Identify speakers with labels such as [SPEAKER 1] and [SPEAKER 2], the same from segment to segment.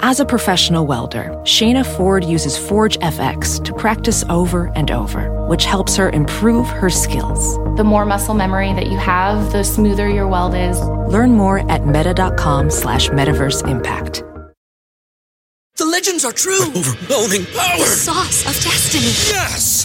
[SPEAKER 1] As a professional welder, Shayna Ford uses Forge FX to practice over and over, which helps her improve her skills.
[SPEAKER 2] The more muscle memory that you have, the smoother your weld is.
[SPEAKER 1] Learn more at meta.com slash metaverse impact.
[SPEAKER 3] The legends are true.
[SPEAKER 4] Overwhelming
[SPEAKER 3] The
[SPEAKER 4] power!
[SPEAKER 3] sauce of destiny.
[SPEAKER 4] Yes!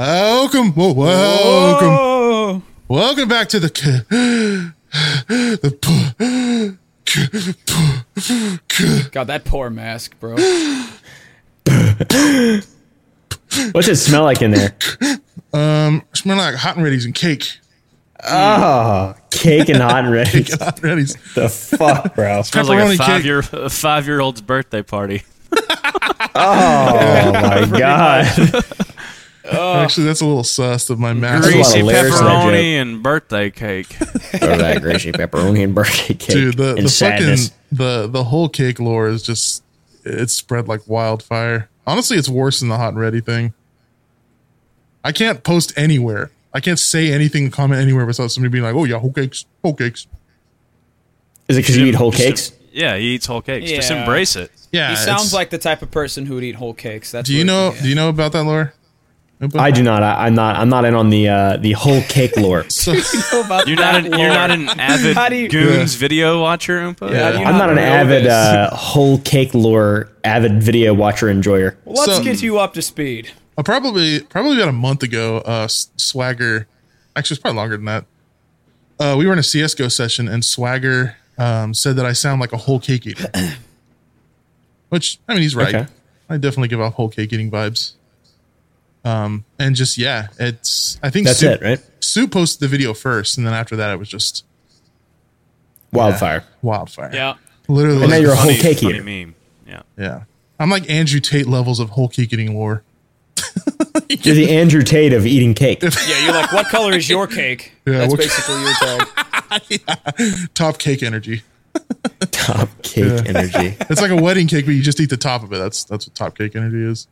[SPEAKER 5] Welcome, whoa, welcome. Welcome back to the k- the p- k- p- k-
[SPEAKER 6] God, that poor mask, bro.
[SPEAKER 7] What's it smell like in there?
[SPEAKER 5] um smell like hot and ready's and cake.
[SPEAKER 7] Oh, cake and hot and ready.
[SPEAKER 5] Hot and ready's.
[SPEAKER 7] the fuck, bro?
[SPEAKER 8] Sounds like
[SPEAKER 5] Pepperoni
[SPEAKER 8] a
[SPEAKER 5] cake.
[SPEAKER 8] five year a five year old's birthday party.
[SPEAKER 7] Oh my god.
[SPEAKER 5] Actually, that's a little sus of my mask.
[SPEAKER 7] Grease.
[SPEAKER 8] Greasy
[SPEAKER 7] layers to that
[SPEAKER 8] pepperoni and birthday cake.
[SPEAKER 7] Throw that greasy pepperoni and birthday cake
[SPEAKER 5] Dude, the,
[SPEAKER 7] and
[SPEAKER 5] the
[SPEAKER 7] sadness.
[SPEAKER 5] fucking the the whole cake lore is just it's spread like wildfire. Honestly, it's worse than the hot and ready thing. I can't post anywhere. I can't say anything, comment anywhere without somebody being like, "Oh yeah, whole cakes, whole cakes."
[SPEAKER 7] Is it because you eat whole cakes?
[SPEAKER 8] Yeah, he eats whole cakes. Just
[SPEAKER 6] Yeah.
[SPEAKER 8] embrace it.
[SPEAKER 5] Yeah,
[SPEAKER 6] he
[SPEAKER 5] it's-
[SPEAKER 6] sounds like the type of person who would eat whole cakes. That's
[SPEAKER 5] Do you
[SPEAKER 6] what-
[SPEAKER 5] know?
[SPEAKER 6] yeah.
[SPEAKER 5] Do you know about that lore? Nobody?
[SPEAKER 7] I do not. I, I'm not. I'm not in on the uh, the whole cake lore.
[SPEAKER 5] So,
[SPEAKER 6] know about
[SPEAKER 8] You're not an,
[SPEAKER 6] that
[SPEAKER 8] you're
[SPEAKER 6] lore?
[SPEAKER 8] not an avid
[SPEAKER 6] How do you-
[SPEAKER 8] goons video watcher, Oompa?
[SPEAKER 6] How do you
[SPEAKER 7] I'm not an
[SPEAKER 6] know
[SPEAKER 7] avid
[SPEAKER 6] this?
[SPEAKER 7] uh, whole cake lore avid video watcher enjoyer.
[SPEAKER 6] Let's
[SPEAKER 5] So-
[SPEAKER 6] get you up to speed.
[SPEAKER 5] uh, probably probably about a month ago, uh, S- Swagger, actually it's probably longer than that. Uh, we were in a CS:GO session, and Swagger um, said that I sound like a whole cake eater. Which I mean, he's right.
[SPEAKER 7] Okay.
[SPEAKER 5] I definitely give off whole cake eating vibes. Um, and just yeah, it's I think
[SPEAKER 7] That's
[SPEAKER 5] Sue,
[SPEAKER 7] it, right?
[SPEAKER 5] Sue posted the video first, and then after that, it was just
[SPEAKER 7] Wildfire.
[SPEAKER 5] wildfire.
[SPEAKER 6] Yeah.
[SPEAKER 5] literally.
[SPEAKER 7] And now you're a whole
[SPEAKER 8] Funny-
[SPEAKER 7] cake
[SPEAKER 8] funny
[SPEAKER 7] eater.
[SPEAKER 8] meme. Yeah.
[SPEAKER 5] yeah, I'm like Andrew Tate levels of whole cake eating lore.
[SPEAKER 7] You're the Andrew Tate of eating cake.
[SPEAKER 6] Yeah, you're like, what color is your cake?
[SPEAKER 5] Yeah,
[SPEAKER 6] That's
[SPEAKER 5] what-
[SPEAKER 6] basically your tag.
[SPEAKER 5] Top cake energy.
[SPEAKER 7] Top cake energy.
[SPEAKER 5] It's like a wedding cake, but you just eat the top of it. That's that's what top cake energy is.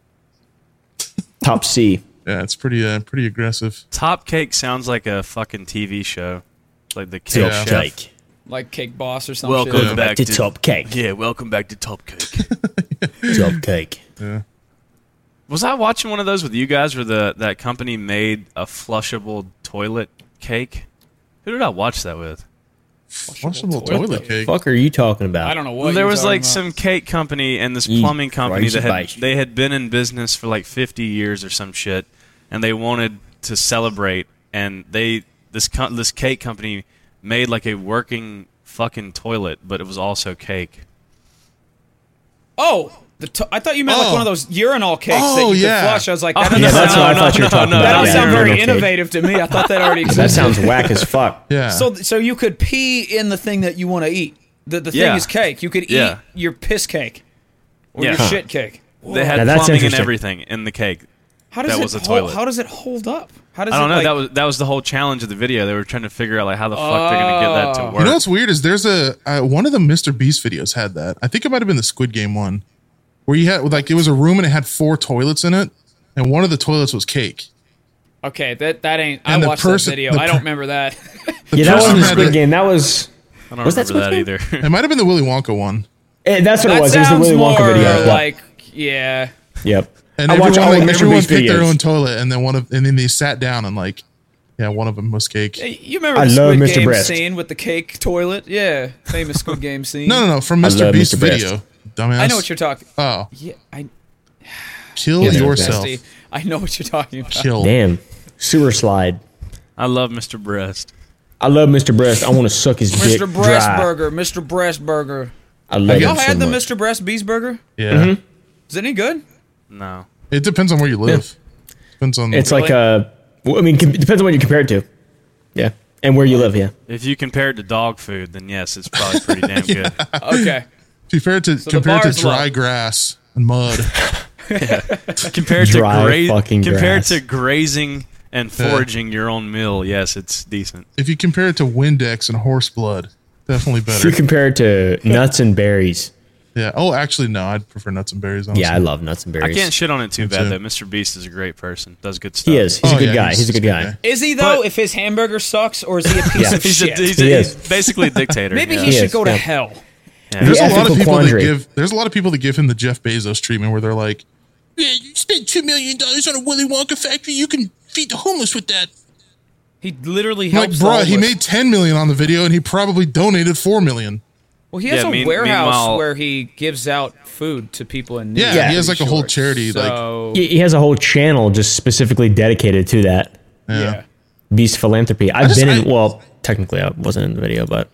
[SPEAKER 7] Top C.
[SPEAKER 5] Yeah, it's pretty uh, pretty aggressive.
[SPEAKER 8] Top Cake sounds like a fucking TV show. Like the cake
[SPEAKER 7] Top
[SPEAKER 5] Yeah.
[SPEAKER 8] chef.
[SPEAKER 7] cake.
[SPEAKER 6] Like cake boss or something.
[SPEAKER 8] Welcome
[SPEAKER 5] Yeah.
[SPEAKER 8] back
[SPEAKER 7] To top cake.
[SPEAKER 8] Yeah, welcome back to Top Cake.
[SPEAKER 7] Top cake.
[SPEAKER 8] Was I watching one of those with you guys where the that company made a flushable toilet cake? Who did I watch that with?
[SPEAKER 5] Flushable
[SPEAKER 6] toilet
[SPEAKER 5] toilet, cake.
[SPEAKER 7] Fuck are you talking about?
[SPEAKER 6] I don't know what
[SPEAKER 8] there
[SPEAKER 6] you're
[SPEAKER 8] was
[SPEAKER 6] talking
[SPEAKER 8] like
[SPEAKER 6] about.
[SPEAKER 8] some cake company and this
[SPEAKER 7] Ye
[SPEAKER 8] plumbing company that had
[SPEAKER 7] Christ.
[SPEAKER 8] they had been in business for like 50 years or some shit and they wanted to celebrate and they this co- this cake company made like a working fucking toilet but it was also cake
[SPEAKER 6] Oh, the to- I thought you meant like
[SPEAKER 5] Oh.
[SPEAKER 6] one of those urinal cakes that
[SPEAKER 5] Oh,
[SPEAKER 6] you
[SPEAKER 5] yeah.
[SPEAKER 6] could flush. I was like, that,
[SPEAKER 8] Oh,
[SPEAKER 6] doesn't
[SPEAKER 7] Yeah, that's
[SPEAKER 6] sound,
[SPEAKER 7] what I
[SPEAKER 8] No,
[SPEAKER 7] thought you were
[SPEAKER 8] no,
[SPEAKER 7] talking
[SPEAKER 8] no,
[SPEAKER 6] that
[SPEAKER 7] about.
[SPEAKER 6] don't
[SPEAKER 8] no,
[SPEAKER 7] Yeah,
[SPEAKER 6] sound
[SPEAKER 8] no,
[SPEAKER 6] very
[SPEAKER 7] urinal cake.
[SPEAKER 6] innovative to me. I thought that already
[SPEAKER 7] That
[SPEAKER 6] existed.
[SPEAKER 7] sounds whack as fuck.
[SPEAKER 5] Yeah.
[SPEAKER 8] Uh-huh.
[SPEAKER 6] so, so you could pee in the thing that you want to eat. The, the thing
[SPEAKER 8] Yeah.
[SPEAKER 6] is cake. You could eat
[SPEAKER 8] Yeah.
[SPEAKER 6] your piss cake or
[SPEAKER 8] Yeah.
[SPEAKER 6] your
[SPEAKER 8] Huh.
[SPEAKER 6] shit cake.
[SPEAKER 8] they
[SPEAKER 7] Now
[SPEAKER 8] had
[SPEAKER 7] that's
[SPEAKER 8] plumbing and
[SPEAKER 7] interesting.
[SPEAKER 8] everything in the cake
[SPEAKER 6] How does
[SPEAKER 8] That
[SPEAKER 6] it
[SPEAKER 8] was a
[SPEAKER 6] hol-
[SPEAKER 8] toilet.
[SPEAKER 6] How does it hold up? How does
[SPEAKER 8] I
[SPEAKER 6] it,
[SPEAKER 8] don't know.
[SPEAKER 6] Like,
[SPEAKER 8] that was that was the whole challenge of the video. They were trying to figure out like how the fuck they're gonna get
[SPEAKER 6] Ah.
[SPEAKER 8] that to work.
[SPEAKER 5] You know what's weird is there's a uh, one of the Mr. Beast videos had that. I think it might have been the Squid Game one, where you had like it was a room and it had four toilets in it, and one of the toilets was cake.
[SPEAKER 6] okay. That that ain't.
[SPEAKER 5] And
[SPEAKER 6] I
[SPEAKER 5] the
[SPEAKER 6] watched
[SPEAKER 5] person-
[SPEAKER 6] that video.
[SPEAKER 5] the
[SPEAKER 6] I don't
[SPEAKER 5] per-
[SPEAKER 6] remember that.
[SPEAKER 5] The
[SPEAKER 7] Yeah,
[SPEAKER 5] person
[SPEAKER 7] that wasn't a
[SPEAKER 5] had
[SPEAKER 7] Squid
[SPEAKER 5] the-
[SPEAKER 7] Game. That was.
[SPEAKER 8] I don't
[SPEAKER 7] Was that
[SPEAKER 8] remember that, either.
[SPEAKER 5] It might have been the Willy Wonka one.
[SPEAKER 7] eh, that's what
[SPEAKER 6] that
[SPEAKER 7] it was. It was
[SPEAKER 6] sounds
[SPEAKER 7] the Willy
[SPEAKER 6] more
[SPEAKER 7] Wonka video. Yeah.
[SPEAKER 6] like yeah.
[SPEAKER 7] Yep.
[SPEAKER 5] And
[SPEAKER 7] I watch
[SPEAKER 5] everyone,
[SPEAKER 7] all
[SPEAKER 5] like,
[SPEAKER 7] the Mr.
[SPEAKER 5] everyone
[SPEAKER 7] Beast
[SPEAKER 5] picked their
[SPEAKER 7] videos.
[SPEAKER 5] own toilet, and then one of and then they sat down and like, yeah, one of them was cake.
[SPEAKER 6] You remember
[SPEAKER 7] I
[SPEAKER 6] the
[SPEAKER 7] love
[SPEAKER 6] Squid
[SPEAKER 7] Mr.
[SPEAKER 6] Game
[SPEAKER 7] Breast.
[SPEAKER 6] scene with the cake toilet? Yeah, famous Squid Game scene.
[SPEAKER 5] No, no, no, from
[SPEAKER 7] I
[SPEAKER 5] Mr.
[SPEAKER 7] love
[SPEAKER 5] Beast
[SPEAKER 7] Mr. Beast.
[SPEAKER 5] video. Dumbass.
[SPEAKER 6] I know what you're talking.
[SPEAKER 5] Oh,
[SPEAKER 6] Yeah, I
[SPEAKER 5] kill
[SPEAKER 7] Yeah, they're
[SPEAKER 5] yourself.
[SPEAKER 6] Steve, I know what you're talking about.
[SPEAKER 5] Kill.
[SPEAKER 7] Damn. Sewer slide.
[SPEAKER 8] I love Mr. Breast.
[SPEAKER 7] I love Mr. Breast. I want to suck his dick.
[SPEAKER 6] Mr. Breast
[SPEAKER 7] dry.
[SPEAKER 6] Burger, Mr. Breast Burger.
[SPEAKER 7] I love
[SPEAKER 5] you
[SPEAKER 6] Y'all
[SPEAKER 7] him
[SPEAKER 6] had
[SPEAKER 7] so
[SPEAKER 6] the
[SPEAKER 7] much.
[SPEAKER 6] Mr. Breast Beast Burger?
[SPEAKER 5] Yeah.
[SPEAKER 6] Mm-hmm. Is it any good?
[SPEAKER 8] No.
[SPEAKER 5] It depends on where you live. Depends on
[SPEAKER 7] It's like
[SPEAKER 6] Really?
[SPEAKER 7] a. well, I mean, com- depends on what you compare it to. Yeah, and where you live. Yeah,
[SPEAKER 8] If you compare it to dog food, then yes, it's probably pretty damn good.
[SPEAKER 6] Okay.
[SPEAKER 5] To be fair, to
[SPEAKER 6] the
[SPEAKER 5] compare it to
[SPEAKER 6] bar's low.
[SPEAKER 5] dry grass and mud,
[SPEAKER 8] compared to
[SPEAKER 7] Dry
[SPEAKER 8] gra-
[SPEAKER 7] fucking
[SPEAKER 8] compared
[SPEAKER 7] grass.
[SPEAKER 8] to grazing and foraging your own meal. Yes, it's decent.
[SPEAKER 5] if you compare it to Windex and horse blood, definitely
[SPEAKER 7] If
[SPEAKER 5] better.
[SPEAKER 7] you compare it to nuts and berries,
[SPEAKER 5] yeah. Oh, actually, no, I'd prefer nuts and berries. Honestly.
[SPEAKER 7] yeah, I love nuts and
[SPEAKER 8] I
[SPEAKER 7] berries.
[SPEAKER 8] can't shit on it too
[SPEAKER 5] Me
[SPEAKER 8] bad
[SPEAKER 5] too.
[SPEAKER 8] though. Mr. Beast is a great person. Does good stuff.
[SPEAKER 7] he is. He's
[SPEAKER 5] Oh,
[SPEAKER 7] a good
[SPEAKER 5] yeah,
[SPEAKER 7] guy.
[SPEAKER 5] he's-
[SPEAKER 7] He's, a good
[SPEAKER 5] he's a
[SPEAKER 7] guy.
[SPEAKER 5] good
[SPEAKER 6] Is he though?
[SPEAKER 8] But-
[SPEAKER 6] if his hamburger sucks, or is he a piece
[SPEAKER 7] Yeah.
[SPEAKER 6] of
[SPEAKER 8] He's, a,
[SPEAKER 6] shit?
[SPEAKER 8] he's,
[SPEAKER 7] He
[SPEAKER 8] a,
[SPEAKER 7] is.
[SPEAKER 8] he's basically a dictator.
[SPEAKER 6] Maybe
[SPEAKER 8] yeah.
[SPEAKER 6] he
[SPEAKER 7] He
[SPEAKER 6] should
[SPEAKER 7] is,
[SPEAKER 6] go to
[SPEAKER 7] yeah.
[SPEAKER 6] hell.
[SPEAKER 5] There's a lot
[SPEAKER 7] Ethical
[SPEAKER 5] of people
[SPEAKER 7] quandary.
[SPEAKER 5] that give. There's a lot of people that give him the Jeff Bezos treatment, where they're like,
[SPEAKER 3] Yeah, you spent two million dollars on a Willy Wonka factory. You can feed the homeless with that.
[SPEAKER 6] He literally
[SPEAKER 5] "Like,
[SPEAKER 6] helps. the
[SPEAKER 5] bruh, he
[SPEAKER 6] homeless.
[SPEAKER 5] made ten million on the video, and he probably donated four million.
[SPEAKER 6] Well, he has
[SPEAKER 8] Yeah,
[SPEAKER 6] a
[SPEAKER 8] mean- meanwhile-
[SPEAKER 6] warehouse where he gives out food to people in need.
[SPEAKER 5] Yeah,
[SPEAKER 7] Yeah.
[SPEAKER 5] he has like a whole charity. like,
[SPEAKER 6] So
[SPEAKER 7] He he has a whole channel just specifically dedicated to that
[SPEAKER 5] yeah.
[SPEAKER 6] yeah.
[SPEAKER 7] beast philanthropy. I've
[SPEAKER 5] just-
[SPEAKER 7] been in.
[SPEAKER 5] I-
[SPEAKER 7] well, technically, I wasn't in the video, but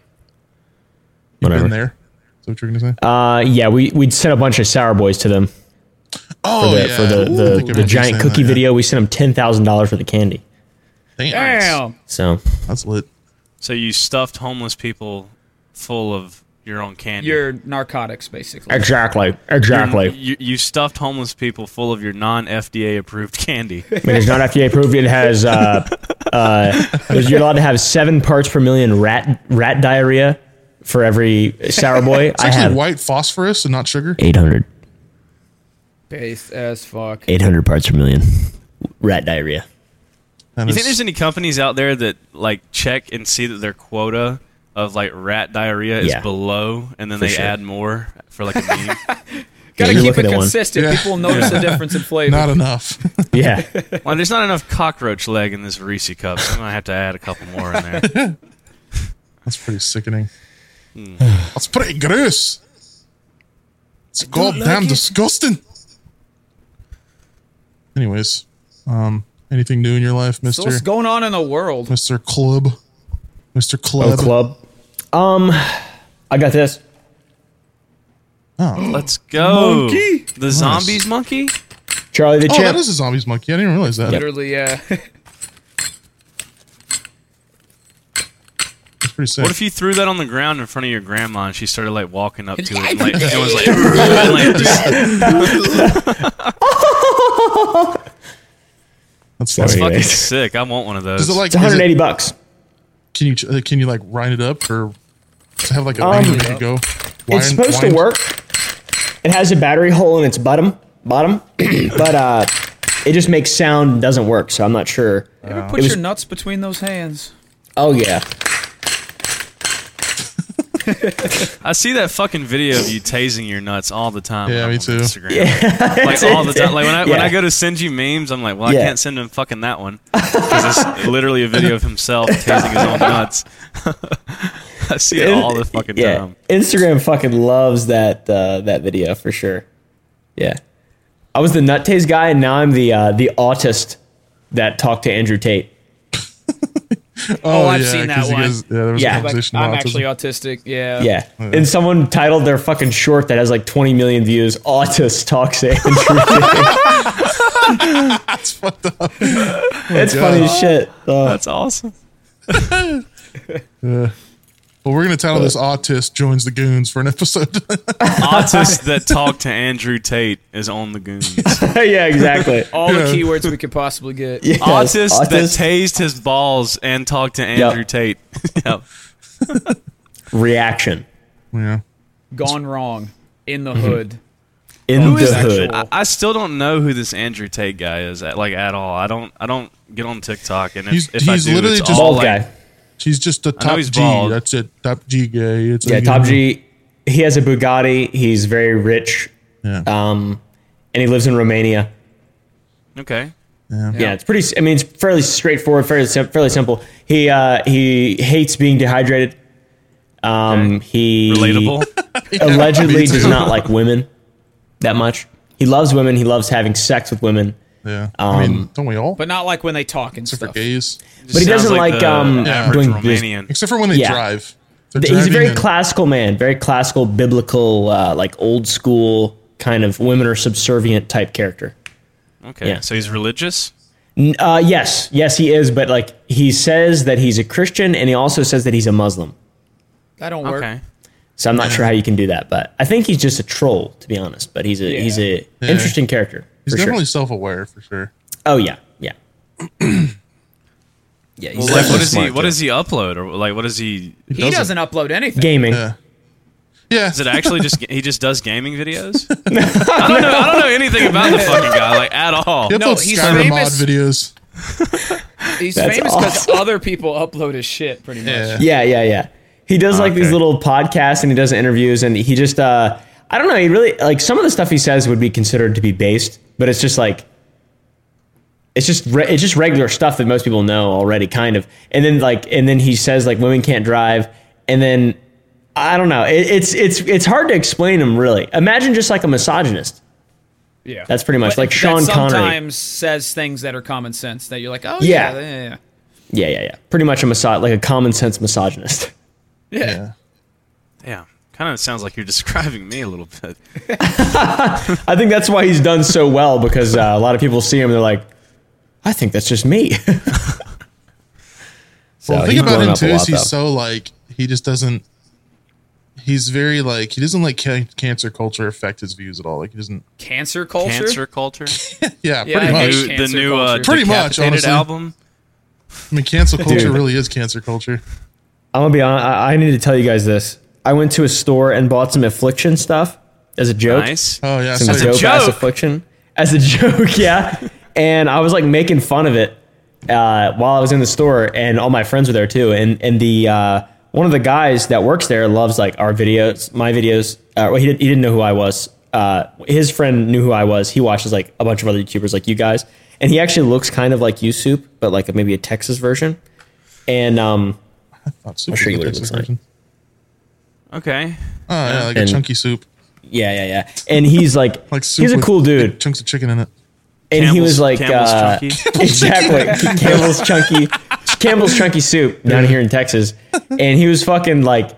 [SPEAKER 5] been
[SPEAKER 7] whatever.
[SPEAKER 5] there. Is that what you're gonna say?
[SPEAKER 7] Uh, yeah, we we'd sent a bunch of sour boys to them.
[SPEAKER 5] oh
[SPEAKER 7] for the,
[SPEAKER 5] yeah,
[SPEAKER 7] for
[SPEAKER 5] I think
[SPEAKER 7] the,
[SPEAKER 5] I
[SPEAKER 7] the,
[SPEAKER 5] remember
[SPEAKER 7] the
[SPEAKER 5] you
[SPEAKER 7] giant
[SPEAKER 5] saying
[SPEAKER 7] cookie
[SPEAKER 5] that, yeah.
[SPEAKER 7] video. We sent him ten thousand dollars worth of candy.
[SPEAKER 5] Damn,
[SPEAKER 6] Damn.
[SPEAKER 7] So
[SPEAKER 5] that's lit.
[SPEAKER 8] So you stuffed homeless people full of your own candy.
[SPEAKER 6] Your narcotics, basically.
[SPEAKER 7] exactly,
[SPEAKER 8] Your-
[SPEAKER 7] exactly.
[SPEAKER 8] you, you stuffed homeless people full of your non FDA approved candy.
[SPEAKER 7] I mean, it's not FDA approved. It has. Uh, uh, there's- you're allowed to have seven parts per million rat rat diarrhea for every sour boy.
[SPEAKER 5] It's
[SPEAKER 7] I
[SPEAKER 5] actually
[SPEAKER 7] had
[SPEAKER 5] white phosphorus and not sugar.
[SPEAKER 7] 800,
[SPEAKER 6] Based as fuck.
[SPEAKER 7] 800 parts per million rat diarrhea.
[SPEAKER 5] That
[SPEAKER 8] You
[SPEAKER 5] is-
[SPEAKER 8] think there's any companies out there that like check and see that their quota of like rat diarrhea is
[SPEAKER 7] Yeah.
[SPEAKER 8] below, and then
[SPEAKER 7] For
[SPEAKER 8] they
[SPEAKER 7] sure.
[SPEAKER 8] add more for like a meme?
[SPEAKER 6] Gotta
[SPEAKER 7] Yeah, you're
[SPEAKER 6] keep it
[SPEAKER 7] looking at one.
[SPEAKER 6] consistent.
[SPEAKER 5] Yeah.
[SPEAKER 6] People will notice the difference in flavor.
[SPEAKER 5] not enough.
[SPEAKER 7] Yeah,
[SPEAKER 8] well, there's not enough cockroach leg in this Reese cup, so I'm gonna have to add a couple more in there.
[SPEAKER 5] That's pretty sickening. That's pretty gross. It's goddamn disgusting. Anyways, um, anything new in your life,
[SPEAKER 6] so what's
[SPEAKER 5] Mister
[SPEAKER 6] going on in the world?
[SPEAKER 5] Mister Club, Mister
[SPEAKER 7] Oh,
[SPEAKER 5] Club?
[SPEAKER 7] club. Um, I got this.
[SPEAKER 8] Let's go.
[SPEAKER 6] Monkey?
[SPEAKER 8] The zombies monkey?
[SPEAKER 7] Charlie the
[SPEAKER 5] Oh,
[SPEAKER 7] champ.
[SPEAKER 5] that is a zombies monkey. I didn't even realize that.
[SPEAKER 6] Literally, uh,
[SPEAKER 5] That's pretty sick.
[SPEAKER 8] What if you threw that on the ground in front of your grandma and she started like walking up to it and like, it was like, and, like, just-
[SPEAKER 5] That's
[SPEAKER 7] Sorry.
[SPEAKER 5] funny.
[SPEAKER 7] Fuck.
[SPEAKER 8] fucking sick. I want one of those.
[SPEAKER 5] Is it like?
[SPEAKER 7] it's
[SPEAKER 5] is
[SPEAKER 7] 180
[SPEAKER 5] it-
[SPEAKER 7] bucks.
[SPEAKER 5] can you ch- uh, can you like wind it up or to have like a
[SPEAKER 7] Um,
[SPEAKER 5] thing where you go?
[SPEAKER 7] it's supposed to work. It has a battery hole in its bottom, bottom, but uh, it just makes sound and doesn't work. So I'm not sure.
[SPEAKER 6] put
[SPEAKER 7] It was-
[SPEAKER 6] your nuts between those hands.
[SPEAKER 7] Oh yeah,
[SPEAKER 8] I see that fucking video of you tasing your nuts all the time.
[SPEAKER 5] Yeah,
[SPEAKER 8] when I'm
[SPEAKER 5] me
[SPEAKER 8] on
[SPEAKER 5] too.
[SPEAKER 8] Instagram. like all the time. Like when I when
[SPEAKER 7] Yeah.
[SPEAKER 8] I go to send you memes, I'm like, well, I
[SPEAKER 7] Yeah.
[SPEAKER 8] can't send him fucking that one because it's literally a video of himself tasting his own nuts. I see it all the fucking
[SPEAKER 7] yeah.
[SPEAKER 8] time.
[SPEAKER 7] Instagram fucking loves that uh, that video for sure. Yeah, I was the nut taste guy, and now I'm the uh, the autist that talked to Andrew Tate.
[SPEAKER 6] Oh, I've seen that
[SPEAKER 5] 'cause you
[SPEAKER 6] one.
[SPEAKER 5] guys- yeah, there was
[SPEAKER 7] Yeah.
[SPEAKER 5] a
[SPEAKER 7] Like,
[SPEAKER 6] Like,
[SPEAKER 5] conversation
[SPEAKER 6] I'm
[SPEAKER 5] about
[SPEAKER 6] actually
[SPEAKER 5] autism.
[SPEAKER 6] autistic. Yeah.
[SPEAKER 7] Yeah, and someone titled their fucking short that has like 20 million views. Autist talks to Andrew Tate.
[SPEAKER 5] It's fucked up.
[SPEAKER 7] it's
[SPEAKER 5] God.
[SPEAKER 7] funny as shit. Uh,
[SPEAKER 8] That's awesome.
[SPEAKER 5] Well, we're gonna title this "Autist Joins the Goons" for an episode.
[SPEAKER 8] Autist that talked to Andrew Tate is on the goons.
[SPEAKER 7] yeah, exactly.
[SPEAKER 6] All
[SPEAKER 5] Yeah.
[SPEAKER 6] the keywords we could possibly get.
[SPEAKER 7] Yes,
[SPEAKER 8] Autist, that
[SPEAKER 7] autist.
[SPEAKER 8] tased his balls and talked to Andrew Tate. yep.
[SPEAKER 7] reaction
[SPEAKER 5] yeah.
[SPEAKER 6] Gone wrong in
[SPEAKER 5] Mm-hmm.
[SPEAKER 6] the hood.
[SPEAKER 7] in
[SPEAKER 6] Who
[SPEAKER 7] the
[SPEAKER 6] is
[SPEAKER 7] hood.
[SPEAKER 6] actual-
[SPEAKER 8] I, I still don't know who this Andrew Tate guy is at, like at all. I don't I don't get on TikTok and if,
[SPEAKER 5] He's-
[SPEAKER 8] if I
[SPEAKER 5] he's
[SPEAKER 8] do,
[SPEAKER 5] literally
[SPEAKER 8] it's
[SPEAKER 5] just-
[SPEAKER 8] all
[SPEAKER 7] Bald
[SPEAKER 8] like,
[SPEAKER 7] guy.
[SPEAKER 5] She's just a
[SPEAKER 8] I know
[SPEAKER 5] top
[SPEAKER 8] he's
[SPEAKER 5] G.
[SPEAKER 8] bald.
[SPEAKER 5] That's it. Top G gay. It's
[SPEAKER 7] Yeah,
[SPEAKER 5] like,
[SPEAKER 7] Top G. He has a Bugatti. He's very rich,
[SPEAKER 5] Yeah.
[SPEAKER 7] um, and he lives in Romania.
[SPEAKER 8] Okay.
[SPEAKER 7] Yeah. it's pretty. I mean, it's fairly straightforward, fairly sim- fairly simple. He uh, he hates being dehydrated. Um, He
[SPEAKER 8] Relatable.
[SPEAKER 7] Allegedly, does not like women that much. He loves women. He loves having sex with women,
[SPEAKER 5] yeah.
[SPEAKER 7] um,
[SPEAKER 5] I mean, don't we all?
[SPEAKER 6] But not like when they talk and
[SPEAKER 5] Except for
[SPEAKER 6] stuff.
[SPEAKER 5] gays.
[SPEAKER 7] but he
[SPEAKER 8] Sounds
[SPEAKER 7] doesn't like,
[SPEAKER 8] the
[SPEAKER 7] um
[SPEAKER 8] average
[SPEAKER 7] doing bus-
[SPEAKER 8] Romanian.
[SPEAKER 5] Except for when they
[SPEAKER 7] Yeah.
[SPEAKER 5] drive. They're
[SPEAKER 7] He's a
[SPEAKER 5] driving
[SPEAKER 7] very
[SPEAKER 5] and-
[SPEAKER 7] classical man, very classical, biblical, uh, like old school kind of women are subservient type character.
[SPEAKER 8] Okay,
[SPEAKER 7] Yeah.
[SPEAKER 8] so he's religious.
[SPEAKER 7] N- Uh, yes, yes, he is, but like he says that he's a Christian and he also says that he's a Muslim.
[SPEAKER 6] That don't work.
[SPEAKER 8] Okay,
[SPEAKER 7] So I'm not sure how you can do that, but I think he's just a troll, to be honest. But he's a he's a interesting character.
[SPEAKER 5] He's
[SPEAKER 7] for sure.
[SPEAKER 5] definitely self aware for sure.
[SPEAKER 7] Oh yeah, yeah, yeah. He's
[SPEAKER 8] Like, what does he?
[SPEAKER 7] smart,
[SPEAKER 8] What
[SPEAKER 7] too.
[SPEAKER 8] does he upload? Or like, what does he?
[SPEAKER 5] He
[SPEAKER 6] He doesn't, upload anything.
[SPEAKER 7] gaming?
[SPEAKER 5] Yeah. Yeah.
[SPEAKER 8] Is it actually just he just does gaming videos? I don't know. I don't know anything about the fucking guy like at all.
[SPEAKER 5] He uploads
[SPEAKER 6] No, he's
[SPEAKER 5] Skyrim mod
[SPEAKER 6] famous-
[SPEAKER 5] videos.
[SPEAKER 6] He's
[SPEAKER 7] That's
[SPEAKER 6] famous because
[SPEAKER 7] awesome.
[SPEAKER 6] other people upload his shit pretty much.
[SPEAKER 5] Yeah.
[SPEAKER 7] Yeah, yeah, yeah. He does like these
[SPEAKER 8] Okay.
[SPEAKER 7] little podcasts and he does interviews and he just uh I don't know, he really like some of the stuff he says would be considered to be based, but it's just like it's just re- it's just regular stuff that most people know already kind of. And then like and then he says like women can't drive and then I don't know. It, it's it's it's hard to explain him really. Imagine just like a misogynist.
[SPEAKER 6] Yeah.
[SPEAKER 7] That's pretty much
[SPEAKER 6] But
[SPEAKER 7] like
[SPEAKER 6] that
[SPEAKER 7] Sean Connery.
[SPEAKER 6] sometimes says things that are common sense that you're like, oh
[SPEAKER 7] Yeah.
[SPEAKER 6] yeah, yeah,
[SPEAKER 7] Yeah, yeah, yeah. Pretty much a miso- like a common sense misogynist.
[SPEAKER 6] yeah. yeah. yeah.
[SPEAKER 8] Yeah, kind of sounds like you're describing me a little bit.
[SPEAKER 7] I think that's why he's done so well because uh, a lot of people see him and they're like, I think that's just me. so
[SPEAKER 5] Well, the
[SPEAKER 7] he's
[SPEAKER 5] thing about
[SPEAKER 7] blown
[SPEAKER 5] him
[SPEAKER 7] up a
[SPEAKER 5] too is
[SPEAKER 7] lot,
[SPEAKER 5] he's
[SPEAKER 7] though.
[SPEAKER 5] so like he just doesn't. He's very like he doesn't let can- cancer culture affect his views at all. Like he doesn't.
[SPEAKER 6] Cancer culture.
[SPEAKER 8] Cancer culture.
[SPEAKER 5] Yeah,
[SPEAKER 6] Yeah,
[SPEAKER 5] pretty
[SPEAKER 6] I
[SPEAKER 5] much.
[SPEAKER 6] hate
[SPEAKER 8] New- the
[SPEAKER 6] cancer
[SPEAKER 8] new uh,
[SPEAKER 6] culture.
[SPEAKER 5] Pretty much,
[SPEAKER 8] Decapitated
[SPEAKER 5] honestly.
[SPEAKER 8] album.
[SPEAKER 5] I mean, cancel culture
[SPEAKER 7] Dude.
[SPEAKER 5] really is cancer culture.
[SPEAKER 7] I'm gonna be honest. I, I need to tell you guys this. I went to a store and bought some affliction stuff as a joke.
[SPEAKER 8] Nice.
[SPEAKER 5] Oh yeah,
[SPEAKER 7] Some
[SPEAKER 5] so-
[SPEAKER 7] dope ass
[SPEAKER 8] joke.
[SPEAKER 7] affliction as a joke, yeah. and I was like making fun of it uh, while I was in the store, and all my friends were there too. And and the uh, one of the guys that works there loves like our videos, my videos. Uh, well, he didn't, he didn't know who I was. Uh, his friend knew who I was. He watches like a bunch of other YouTubers, like you guys, and he actually looks kind of like you Soup, but like maybe a Texas version. And um,
[SPEAKER 5] Oh, soup
[SPEAKER 7] I'll
[SPEAKER 5] is
[SPEAKER 7] show you
[SPEAKER 5] the
[SPEAKER 7] what it
[SPEAKER 5] Texas
[SPEAKER 7] looks like.
[SPEAKER 5] version.
[SPEAKER 8] Okay.
[SPEAKER 5] Oh yeah, like
[SPEAKER 7] And-
[SPEAKER 5] a chunky soup.
[SPEAKER 7] yeah, yeah, yeah. And he's like,
[SPEAKER 5] Like soup
[SPEAKER 7] he's a
[SPEAKER 5] with
[SPEAKER 7] cool
[SPEAKER 5] big
[SPEAKER 7] dude.
[SPEAKER 5] Chunks of chicken in it.
[SPEAKER 7] and he
[SPEAKER 8] Campbell's-
[SPEAKER 7] was like
[SPEAKER 8] Campbell's
[SPEAKER 7] uh,
[SPEAKER 8] chunky.
[SPEAKER 7] exactly Campbell's chunky Campbell's chunky soup down here in Texas, and he was fucking like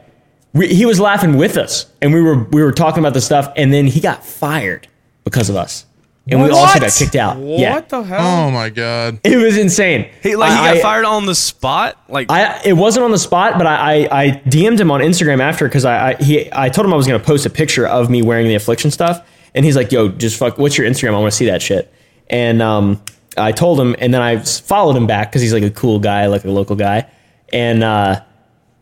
[SPEAKER 7] we, he was laughing with us, and we were we were talking about the stuff, and then he got fired because of us, and we also got kicked out.
[SPEAKER 6] What
[SPEAKER 7] Yeah, Um,
[SPEAKER 6] the hell?
[SPEAKER 5] Oh my god.
[SPEAKER 7] it was insane.
[SPEAKER 8] He like he
[SPEAKER 7] I-
[SPEAKER 8] got
[SPEAKER 7] I-
[SPEAKER 8] fired on the spot. Like
[SPEAKER 7] I, it wasn't on the spot, but I, I, I DM'd him on Instagram after because I, I he I told him I was gonna post a picture of me wearing the affliction stuff, and he's like, "Yo, just fuck, what's your Instagram? I want to see that shit." And um, I told him, and then I s- followed him back because he's like a cool guy, like a local guy, and uh,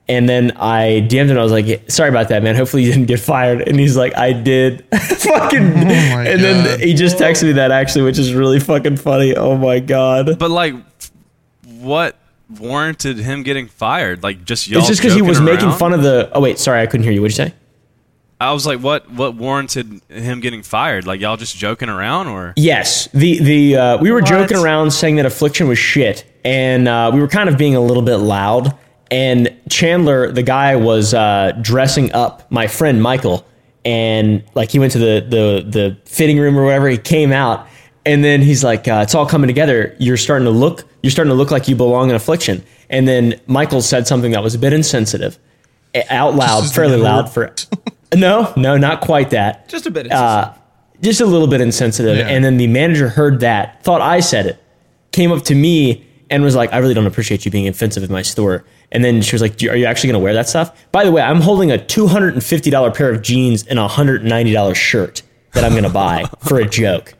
[SPEAKER 7] and then I DM'd him. And I was like, "Yeah, "Sorry about that, man. Hopefully you didn't get fired." And he's like, "I did." fucking,
[SPEAKER 5] Oh my
[SPEAKER 7] and then
[SPEAKER 5] God.
[SPEAKER 7] he just texted me that actually, which is really fucking funny. Oh my god.
[SPEAKER 8] But like, what warranted him getting fired? Like just y'all.
[SPEAKER 7] It's just because he
[SPEAKER 8] joking
[SPEAKER 7] was making
[SPEAKER 8] around?
[SPEAKER 7] fun of the. Oh wait, sorry, I couldn't hear you. What'd you say?
[SPEAKER 8] I was like, what? What warranted him getting fired? Like y'all just joking around, or
[SPEAKER 7] Yes, the the uh, we were
[SPEAKER 8] What?
[SPEAKER 7] joking around saying that affliction was shit, and uh, we were kind of being a little bit loud. And Chandler, the guy, was uh, dressing up my friend Michael, and like he went to the the the fitting room or whatever. He came out, and then he's like, uh, "It's all coming together. You're starting to look. You're starting to look like you belong in affliction." And then Michael said something that was a bit insensitive, eh, out loud,
[SPEAKER 5] as
[SPEAKER 7] fairly
[SPEAKER 5] the
[SPEAKER 7] loud for. No, no, not quite that
[SPEAKER 6] Just a bit. Of
[SPEAKER 7] uh, just a little bit insensitive.
[SPEAKER 5] Yeah.
[SPEAKER 7] And then the manager heard that, thought I said it, came up to me and was like, "I really don't appreciate you being offensive in my store." And then she was like, "Do- "Are you actually going to wear that stuff?" By the way, I'm holding a two hundred and fifty dollar pair of jeans and a hundred and ninety dollar shirt that I'm going to buy for a joke.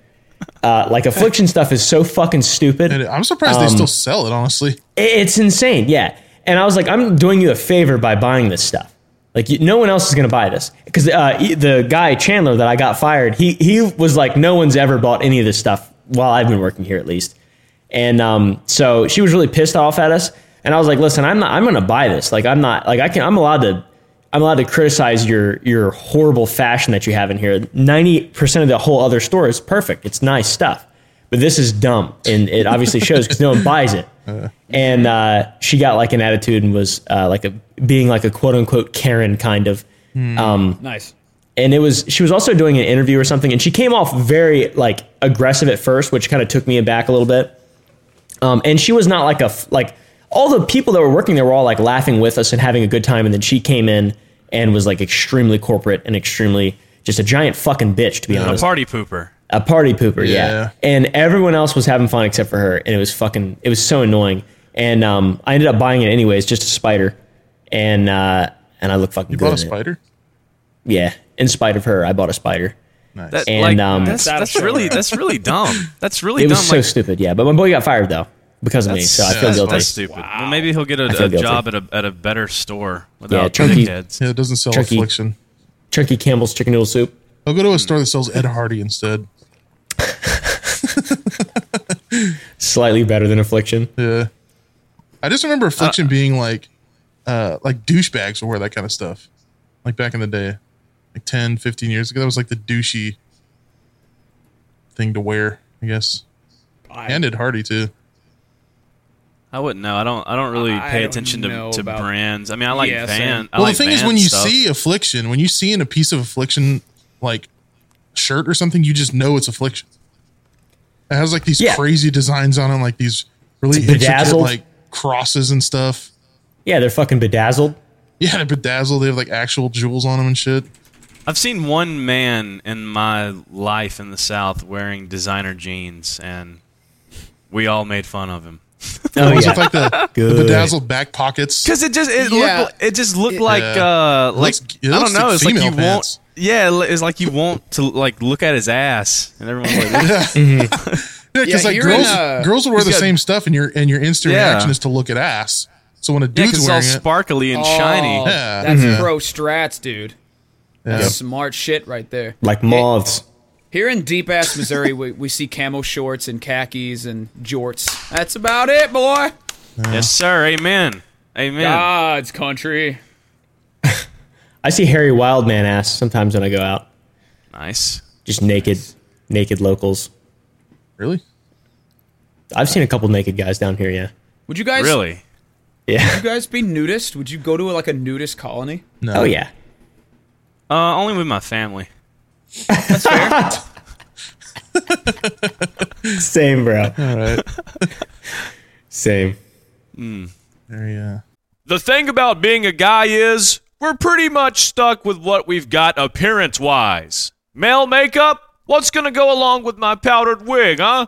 [SPEAKER 7] Uh, like affliction stuff is so fucking stupid.
[SPEAKER 5] And I'm surprised
[SPEAKER 7] Um,
[SPEAKER 5] they still sell it. Honestly,
[SPEAKER 7] It's insane, yeah. And I was like, I'm doing you a favor by buying this stuff. Like, you, no one else is going to buy this because uh, e- the guy Chandler that I got fired, he he was like, no one's ever bought any of this stuff while I've been working here, at least. And um, so she was really pissed off at us. And I was like, listen, I'm not. I'm going to buy this. Like, I'm not. Like, I can. I'm allowed to. I'm allowed to criticize your your horrible fashion that you have in here. Ninety percent of the whole other store is perfect. It's nice stuff, but this is dumb, and it obviously shows because no one buys it and uh, she got like an attitude and was uh, like a being like a quote unquote Karen kind of.
[SPEAKER 6] nice.
[SPEAKER 7] And it was she was also doing an interview or something, and she came off very like aggressive at first, which kind of took me aback a little bit. Um, and she was not like a f- like all the people that were working there were all like laughing with us and having a good time, and then she came in and was like extremely corporate and extremely just a giant fucking bitch to be
[SPEAKER 8] a
[SPEAKER 7] honest
[SPEAKER 8] party pooper?
[SPEAKER 7] a party pooper, yeah.
[SPEAKER 5] Yeah.
[SPEAKER 7] And everyone else was having fun except for her, and it was fucking, it was so annoying. And um, I ended up buying it anyways, just a spider, and uh, and I look fucking
[SPEAKER 5] you
[SPEAKER 7] good.
[SPEAKER 5] bought a
[SPEAKER 7] in it.
[SPEAKER 5] spider.
[SPEAKER 7] yeah, in spite of her, I bought a spider.
[SPEAKER 5] Nice.
[SPEAKER 8] That,
[SPEAKER 7] And,
[SPEAKER 8] like,
[SPEAKER 7] um,
[SPEAKER 8] that's,
[SPEAKER 6] That'll
[SPEAKER 8] that's
[SPEAKER 6] show
[SPEAKER 8] really
[SPEAKER 6] her.
[SPEAKER 8] that's really dumb. That's really
[SPEAKER 7] It
[SPEAKER 8] dumb.
[SPEAKER 7] was so
[SPEAKER 8] like,
[SPEAKER 7] stupid, yeah. But my boy got fired though because of me, so I
[SPEAKER 8] that's,
[SPEAKER 7] feel
[SPEAKER 8] that's,
[SPEAKER 7] guilty.
[SPEAKER 8] that's stupid. Well, maybe he'll get a,
[SPEAKER 7] I feel
[SPEAKER 8] a
[SPEAKER 7] guilty.
[SPEAKER 8] job at a at a better store without
[SPEAKER 7] Chunky-
[SPEAKER 8] dickheads.
[SPEAKER 5] yeah, it doesn't sell
[SPEAKER 7] Tricky.
[SPEAKER 5] affliction.
[SPEAKER 7] Turkey Campbell's chicken noodle soup.
[SPEAKER 5] I'll go to a store that sells Ed Hardy instead.
[SPEAKER 7] slightly better than affliction.
[SPEAKER 5] Yeah. I just
[SPEAKER 8] Uh,
[SPEAKER 5] remember affliction being like uh like douchebags would wear that kind of stuff. Like back in the day. Like 10, 15 years ago. That was like the douchey thing to wear, I guess. and Ed Hardy too.
[SPEAKER 8] I wouldn't know. I don't. I don't really
[SPEAKER 6] I
[SPEAKER 8] pay
[SPEAKER 6] don't
[SPEAKER 8] attention to,
[SPEAKER 6] know
[SPEAKER 8] to
[SPEAKER 6] about-
[SPEAKER 8] brands. I mean, I like
[SPEAKER 6] Yeah, same.
[SPEAKER 8] Van. I
[SPEAKER 5] Well
[SPEAKER 8] like
[SPEAKER 5] the thing is
[SPEAKER 8] Van
[SPEAKER 5] when you
[SPEAKER 8] stuff.
[SPEAKER 5] see affliction, when you see in a piece of affliction like shirt or something, you just know it's affliction. It has like these
[SPEAKER 7] Yeah.
[SPEAKER 5] crazy designs on it, like these really intricate
[SPEAKER 7] bedazzled.
[SPEAKER 5] like crosses and stuff.
[SPEAKER 7] Yeah, they're fucking bedazzled.
[SPEAKER 5] Yeah, they're bedazzled. They have like actual jewels on them and shit.
[SPEAKER 8] I've seen one man in my life in the South wearing designer jeans, and we all made fun of him
[SPEAKER 7] Oh
[SPEAKER 5] Was
[SPEAKER 7] yeah,
[SPEAKER 5] it like the, the
[SPEAKER 7] Good.
[SPEAKER 5] bedazzled back pockets?
[SPEAKER 8] because it just it
[SPEAKER 6] Yeah.
[SPEAKER 8] looked it just looked like
[SPEAKER 5] Yeah.
[SPEAKER 8] uh
[SPEAKER 5] It
[SPEAKER 8] like
[SPEAKER 5] looks- it
[SPEAKER 8] I
[SPEAKER 5] looks
[SPEAKER 8] don't know.
[SPEAKER 5] like
[SPEAKER 8] it's like
[SPEAKER 5] female
[SPEAKER 8] you
[SPEAKER 5] pants.
[SPEAKER 8] want yeah. it- It's like you want to like look at his ass, and everyone's like, "What?"
[SPEAKER 5] Yeah, because
[SPEAKER 6] Yeah,
[SPEAKER 5] like
[SPEAKER 6] you're in
[SPEAKER 5] girls,
[SPEAKER 6] a-
[SPEAKER 5] girls will wear the
[SPEAKER 8] got-
[SPEAKER 5] same stuff, and your and your instant
[SPEAKER 8] Yeah.
[SPEAKER 5] reaction is to look at ass. So when a
[SPEAKER 8] yeah, 'cause
[SPEAKER 5] dude's
[SPEAKER 8] it's all
[SPEAKER 5] wearing it,
[SPEAKER 8] sparkly and
[SPEAKER 6] Oh,
[SPEAKER 8] shiny.
[SPEAKER 5] Yeah.
[SPEAKER 6] That's
[SPEAKER 7] Mm-hmm.
[SPEAKER 5] Mhm.
[SPEAKER 6] pro strats, dude. That's
[SPEAKER 5] Yeah.
[SPEAKER 6] smart shit right there.
[SPEAKER 7] like moths.
[SPEAKER 6] Here in deep ass Missouri, we, we see camo shorts and khakis and jorts. That's about it, boy.
[SPEAKER 8] Yes, sir. Amen. Amen.
[SPEAKER 6] God's country.
[SPEAKER 7] I see Harry Wildman ass sometimes when I go out,
[SPEAKER 8] Nice.
[SPEAKER 7] just naked, naked locals.
[SPEAKER 5] really,
[SPEAKER 7] I've seen a couple naked guys down here. Yeah,
[SPEAKER 6] Would you guys
[SPEAKER 8] Really.
[SPEAKER 7] yeah.
[SPEAKER 6] you guys be nudist? Would you go to like a nudist colony?
[SPEAKER 5] no,
[SPEAKER 7] Oh yeah.
[SPEAKER 8] Uh, only with my family.
[SPEAKER 7] Same, bro.
[SPEAKER 5] all right,
[SPEAKER 7] Same.
[SPEAKER 5] there, yeah.
[SPEAKER 8] The thing about being a guy is we're pretty much stuck with what we've got appearance wise. Male makeup? What's gonna go along with my powdered wig, huh?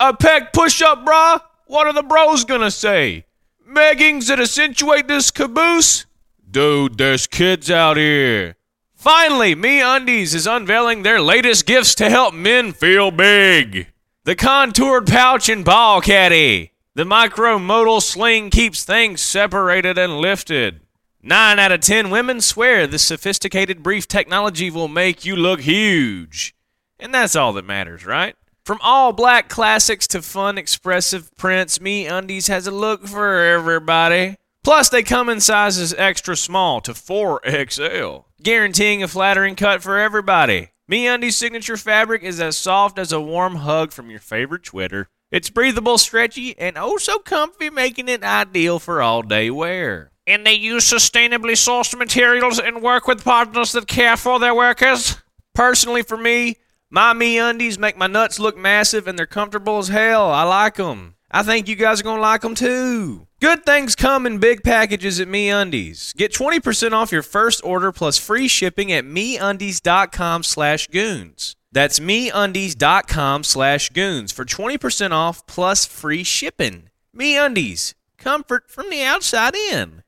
[SPEAKER 8] A pec push up, brah? What are the bros gonna say? Meggings that accentuate this caboose? Dude, there's kids out here. Finally, Me Undies is unveiling their latest gifts to help men feel big. The contoured pouch and ball caddy. The micromodal sling keeps things separated and lifted. Nine out of ten women swear this sophisticated brief technology will make you look huge. And that's all that matters, right? From all black classics to fun, expressive prints, Me Undies has a look for everybody. Plus, they come in sizes extra small to 4XL, guaranteeing a flattering cut for everybody. Me Undies' signature fabric is as soft as a warm hug from your favorite Twitter. It's breathable, stretchy, and oh so comfy, making it ideal for all day wear. And they use sustainably sourced materials and work with partners that care for their workers. Personally, for me, my me undies make my nuts look massive and they're comfortable as hell. I like them. I think you guys are going to like them too. Good things come in big packages at me undies. Get 20% off your first order plus free shipping at meundies.com slash goons. That's meundies.com slash goons for 20% off plus free shipping. Me undies. Comfort from the outside in.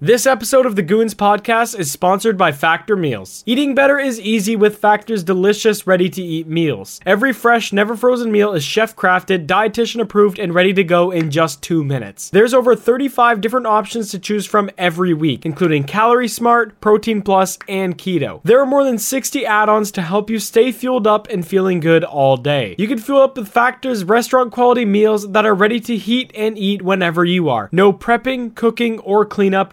[SPEAKER 9] This episode of the Goons Podcast is sponsored by Factor Meals. Eating better is easy with Factor's delicious, ready to eat meals. Every fresh, never frozen meal is chef crafted, dietitian approved, and ready to go in just two minutes. There's over 35 different options to choose from every week, including Calorie Smart, Protein Plus, and Keto. There are more than 60 add ons to help you stay fueled up and feeling good all day. You can fuel up with Factor's restaurant quality meals that are ready to heat and eat whenever you are. No prepping, cooking, or cleanup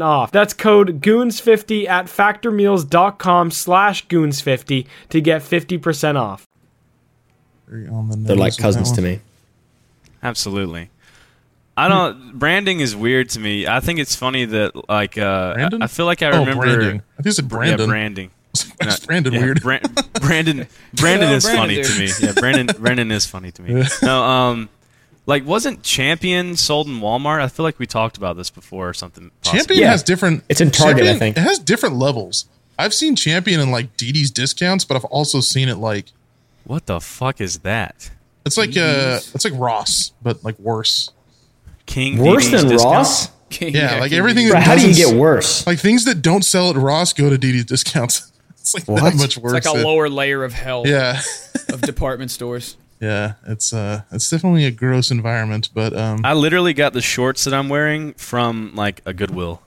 [SPEAKER 9] off. That's code goons50 at factormeals.com slash goons50 to get 50% off.
[SPEAKER 5] Very on the
[SPEAKER 7] They're
[SPEAKER 5] nose
[SPEAKER 7] like
[SPEAKER 5] with
[SPEAKER 7] cousins
[SPEAKER 5] that
[SPEAKER 7] to
[SPEAKER 5] one.
[SPEAKER 7] me.
[SPEAKER 8] Absolutely. I don't. Branding is weird to me. I think it's funny that like uh, I,
[SPEAKER 5] Brandon?
[SPEAKER 8] I feel like I
[SPEAKER 5] Oh,
[SPEAKER 8] remember.
[SPEAKER 5] branding. I think it's Brandon.
[SPEAKER 8] Yeah, branding.
[SPEAKER 5] That's Brandon weird.
[SPEAKER 8] Bran- Brandon. Brandon
[SPEAKER 6] Yeah,
[SPEAKER 8] is
[SPEAKER 6] Brandon,
[SPEAKER 8] funny
[SPEAKER 6] dude.
[SPEAKER 8] to me. Yeah, Brandon. Brandon is funny to me. No, um, like wasn't Champion sold in Walmart? I feel like we talked about this before or something. possibly.
[SPEAKER 5] Champion
[SPEAKER 7] Yeah.
[SPEAKER 5] has different.
[SPEAKER 7] It's in Target, I
[SPEAKER 5] Champion-
[SPEAKER 7] think.
[SPEAKER 5] it has different levels. I've seen Champion in like Dee Dee's discounts, but I've also seen it like
[SPEAKER 8] What the fuck is that?
[SPEAKER 5] it's like uh it's like Ross, but like worse.
[SPEAKER 8] King
[SPEAKER 7] Worse
[SPEAKER 8] DD's
[SPEAKER 7] than
[SPEAKER 8] discount?
[SPEAKER 7] Ross?
[SPEAKER 5] Yeah, like everything.
[SPEAKER 7] Bro,
[SPEAKER 5] That
[SPEAKER 7] how do you
[SPEAKER 5] doesn't-
[SPEAKER 7] get worse?
[SPEAKER 5] Like things that don't sell at Ross go to Dee Dee's discounts. It's like that
[SPEAKER 7] What?
[SPEAKER 5] much worse.
[SPEAKER 6] It's like a
[SPEAKER 5] than-
[SPEAKER 6] lower layer of hell
[SPEAKER 5] Yeah,
[SPEAKER 6] of department stores.
[SPEAKER 5] yeah. It's uh, it's definitely a gross environment, but
[SPEAKER 6] Ah,
[SPEAKER 5] um,
[SPEAKER 8] I literally got the shorts that I'm wearing from like a Goodwill.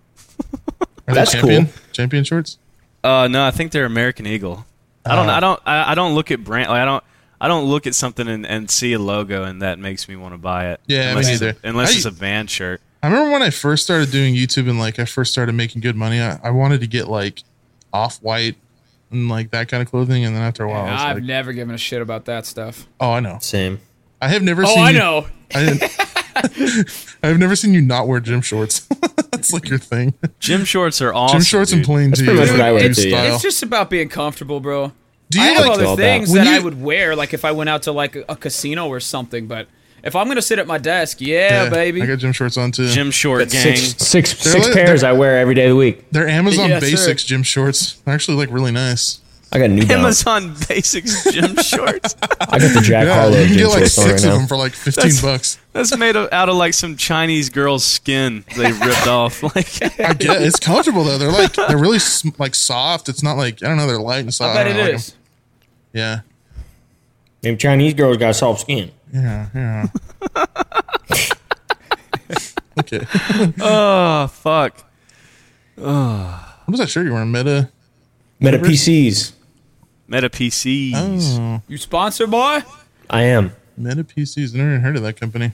[SPEAKER 5] are
[SPEAKER 7] That's
[SPEAKER 5] they champion?
[SPEAKER 7] cool.
[SPEAKER 5] Champion shorts.
[SPEAKER 8] Uh, no, I think they're American Eagle. I don't. I don't. I, I don't look at brand. Like, I don't. I don't look at something and, and see a logo and that makes me want to buy it.
[SPEAKER 5] Yeah, me
[SPEAKER 8] unless it's a-
[SPEAKER 5] neither.
[SPEAKER 8] Unless
[SPEAKER 5] I-
[SPEAKER 8] it's a band shirt.
[SPEAKER 5] I remember when I first started doing YouTube and like I first started making good money. I, I wanted to get like off white and like that kind of clothing, and then after a while, I was
[SPEAKER 6] I've
[SPEAKER 5] like,
[SPEAKER 6] never given a shit about that stuff.
[SPEAKER 5] oh, I know.
[SPEAKER 7] Same.
[SPEAKER 5] I have never.
[SPEAKER 6] Oh,
[SPEAKER 5] seen
[SPEAKER 6] I
[SPEAKER 5] you-
[SPEAKER 6] know.
[SPEAKER 5] I didn't, I've never seen you not wear gym shorts. That's like your thing. Gym
[SPEAKER 8] Gym shorts are awesome.
[SPEAKER 5] shorts and
[SPEAKER 8] dude.
[SPEAKER 5] plain jeans.
[SPEAKER 7] pretty much what I wear,
[SPEAKER 5] Dude
[SPEAKER 7] too, yeah.
[SPEAKER 5] style.
[SPEAKER 6] It's just about being comfortable, bro.
[SPEAKER 5] Oh. Do
[SPEAKER 6] I
[SPEAKER 5] you
[SPEAKER 6] have
[SPEAKER 5] like?
[SPEAKER 7] all
[SPEAKER 6] other things
[SPEAKER 5] When
[SPEAKER 6] that I
[SPEAKER 5] you-
[SPEAKER 6] would wear, like if I went out to like a, a casino or something. But if I'm gonna sit at my desk, yeah,
[SPEAKER 5] Yeah,
[SPEAKER 6] baby.
[SPEAKER 5] I got gym shorts on too.
[SPEAKER 8] Gym short gang.
[SPEAKER 7] Six, six,
[SPEAKER 5] They're
[SPEAKER 7] six
[SPEAKER 5] like-
[SPEAKER 7] pairs
[SPEAKER 5] they're-
[SPEAKER 7] I wear every day of the week.
[SPEAKER 5] They're Amazon
[SPEAKER 6] Yes, sir.
[SPEAKER 5] Basics gym shorts. They're actually like really nice.
[SPEAKER 7] I got new Balance.
[SPEAKER 8] Amazon Basics gym shorts.
[SPEAKER 7] I got the Jack
[SPEAKER 5] Yeah,
[SPEAKER 7] Harlow
[SPEAKER 5] you can
[SPEAKER 7] gym
[SPEAKER 5] get like
[SPEAKER 7] shorts on right
[SPEAKER 5] six of
[SPEAKER 7] now.
[SPEAKER 5] them for like fifteen
[SPEAKER 8] That's-
[SPEAKER 5] bucks.
[SPEAKER 8] That's made of, out of like some Chinese girl's skin they ripped off. Like
[SPEAKER 5] I get it's comfortable though. They're like they're really sm- like soft. It's not like I don't know. They're light and
[SPEAKER 6] I
[SPEAKER 5] soft.
[SPEAKER 6] bet
[SPEAKER 5] don't
[SPEAKER 6] it
[SPEAKER 5] know, like
[SPEAKER 6] is.
[SPEAKER 5] them. yeah,
[SPEAKER 7] Them Chinese girls got soft skin.
[SPEAKER 5] yeah, yeah. okay, what
[SPEAKER 8] oh fuck.
[SPEAKER 5] was that shirt you were in Meta?
[SPEAKER 7] Meta PCs.
[SPEAKER 8] Meta PCs.
[SPEAKER 6] You sponsor boy?
[SPEAKER 7] I am.
[SPEAKER 5] Meta PCs. I never heard of that company.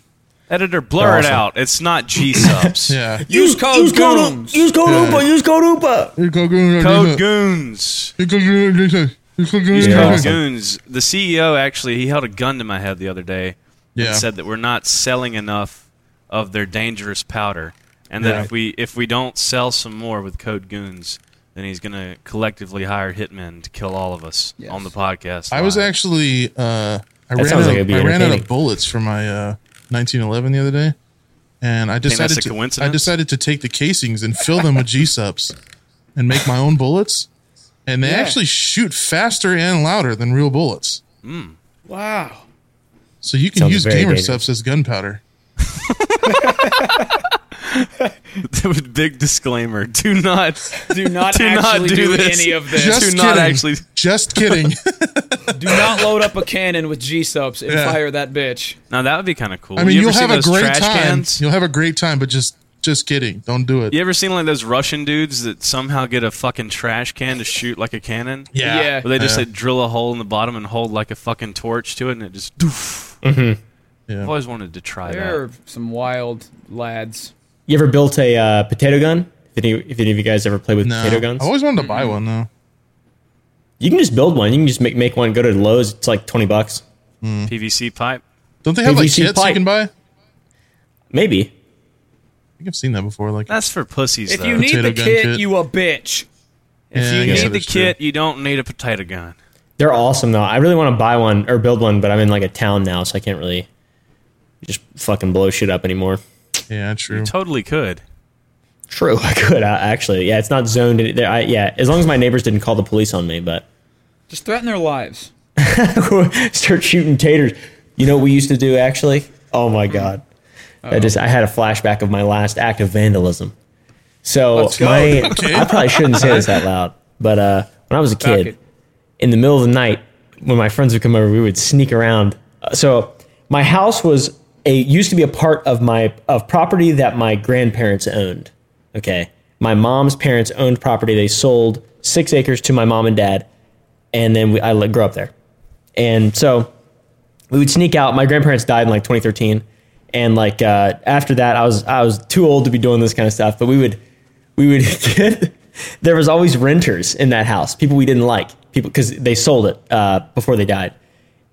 [SPEAKER 8] Editor, blur it
[SPEAKER 7] Awesome.
[SPEAKER 8] out. It's not G subs.
[SPEAKER 5] Yeah,
[SPEAKER 6] Use code
[SPEAKER 7] use code
[SPEAKER 6] Goons.
[SPEAKER 7] Oop- Use code
[SPEAKER 5] Yeah.
[SPEAKER 7] Oopa. Use code Oopa.
[SPEAKER 8] Code goons.
[SPEAKER 7] Yeah.
[SPEAKER 5] Yeah.
[SPEAKER 8] Code goons. The CEO actually he held a gun to my head the other day
[SPEAKER 5] Yeah.
[SPEAKER 8] and said that we're not selling enough of their dangerous powder, and that if we if we don't sell some more with code goons, then he's gonna collectively hire hitmen to kill all of us on the podcast.
[SPEAKER 5] I was
[SPEAKER 8] live.
[SPEAKER 5] actually uh, I ran
[SPEAKER 7] sounds
[SPEAKER 5] out,
[SPEAKER 7] like it'd be
[SPEAKER 5] I ran out
[SPEAKER 7] entertaining.
[SPEAKER 5] of bullets for my uh, 1911 the other day, and I
[SPEAKER 8] that's
[SPEAKER 5] decided
[SPEAKER 8] a
[SPEAKER 5] to
[SPEAKER 8] coincidence?
[SPEAKER 5] I decided to take the casings and fill them with G subs, and make my own bullets, and they actually shoot faster and louder than real bullets.
[SPEAKER 8] Hmm.
[SPEAKER 6] Wow.
[SPEAKER 5] So you can
[SPEAKER 7] Sounds
[SPEAKER 5] use
[SPEAKER 7] very
[SPEAKER 5] gamer
[SPEAKER 7] dangerous.
[SPEAKER 5] subs as gunpowder.
[SPEAKER 8] with big disclaimer: do not
[SPEAKER 6] Do not
[SPEAKER 8] Do not
[SPEAKER 6] actually
[SPEAKER 8] do
[SPEAKER 6] do,
[SPEAKER 8] this.
[SPEAKER 6] any of this.
[SPEAKER 5] Just
[SPEAKER 8] do
[SPEAKER 5] kidding.
[SPEAKER 8] not actually-
[SPEAKER 5] Just kidding.
[SPEAKER 6] do not load up a cannon with G subs and
[SPEAKER 5] Yeah.
[SPEAKER 6] fire that bitch.
[SPEAKER 8] now that would be kind of cool.
[SPEAKER 5] I mean,
[SPEAKER 8] you
[SPEAKER 5] you will
[SPEAKER 8] ever seen
[SPEAKER 5] have a
[SPEAKER 8] those
[SPEAKER 5] great
[SPEAKER 8] trash
[SPEAKER 5] time.
[SPEAKER 8] Cans?
[SPEAKER 5] You'll have a great time, but just just kidding. Don't do it.
[SPEAKER 8] You ever seen like those Russian dudes that somehow get a fucking trash can to shoot like a cannon?
[SPEAKER 6] Yeah.
[SPEAKER 8] Or they just
[SPEAKER 5] Yeah.
[SPEAKER 8] like drill a hole in the bottom and hold like a fucking torch to it, and it just doof.
[SPEAKER 5] Yeah.
[SPEAKER 8] I've always wanted to try
[SPEAKER 6] There
[SPEAKER 8] that.
[SPEAKER 6] are some wild lads.
[SPEAKER 7] You ever built a uh, potato gun? If any, if any of you guys ever play with
[SPEAKER 5] No.
[SPEAKER 7] potato guns,
[SPEAKER 5] I always wanted to buy
[SPEAKER 8] Hmm.
[SPEAKER 5] one though.
[SPEAKER 7] you can just build one. You can just make, make one. Go to Lowe's. It's like twenty bucks,
[SPEAKER 5] Mm-hmm.
[SPEAKER 8] PVC pipe.
[SPEAKER 5] Don't they have like
[SPEAKER 7] PVC
[SPEAKER 5] kits you
[SPEAKER 7] pipe.
[SPEAKER 5] can buy? I
[SPEAKER 7] maybe.
[SPEAKER 5] think I've seen that before. Like
[SPEAKER 8] That's for pussies.
[SPEAKER 6] If
[SPEAKER 8] though.
[SPEAKER 6] you need
[SPEAKER 5] Potato
[SPEAKER 6] the
[SPEAKER 5] gun
[SPEAKER 6] kit,
[SPEAKER 5] kit.
[SPEAKER 6] you a bitch.
[SPEAKER 5] Yeah, I
[SPEAKER 8] if you
[SPEAKER 5] guess that
[SPEAKER 8] need the
[SPEAKER 5] is true.
[SPEAKER 8] kit, you don't need a potato gun.
[SPEAKER 7] They're awesome though. I really want to buy one or build one, but I'm in like a town now, so I can't really just fucking blow shit up anymore.
[SPEAKER 5] Yeah, true.
[SPEAKER 8] Totally could.
[SPEAKER 7] True, I could I, actually. Yeah, it's not zoned. in- There, I, yeah, as long as my neighbors didn't call the police on me, but
[SPEAKER 6] Just threaten their lives.
[SPEAKER 7] start shooting taters. You know what we used to do actually? Oh my god. I just I had a flashback of my last act of vandalism. So
[SPEAKER 6] go.
[SPEAKER 7] my I probably shouldn't say this out loud, but uh, when I was a
[SPEAKER 6] Fuck
[SPEAKER 7] kid,
[SPEAKER 6] it.
[SPEAKER 7] in the middle of the night, when my friends would come over, we would sneak around. Uh, So my house was a used to be a part of my of property that my grandparents owned. Okay, my mom's parents owned property. They sold six acres to my mom and dad, and then we, I let- grew up there. And so we would sneak out. My grandparents died in like 2013, and like uh, after that, I was I was too old to be doing this kind of stuff. But we would we would get there was always renters in that house, people we didn't like, people because they sold it uh, before they died.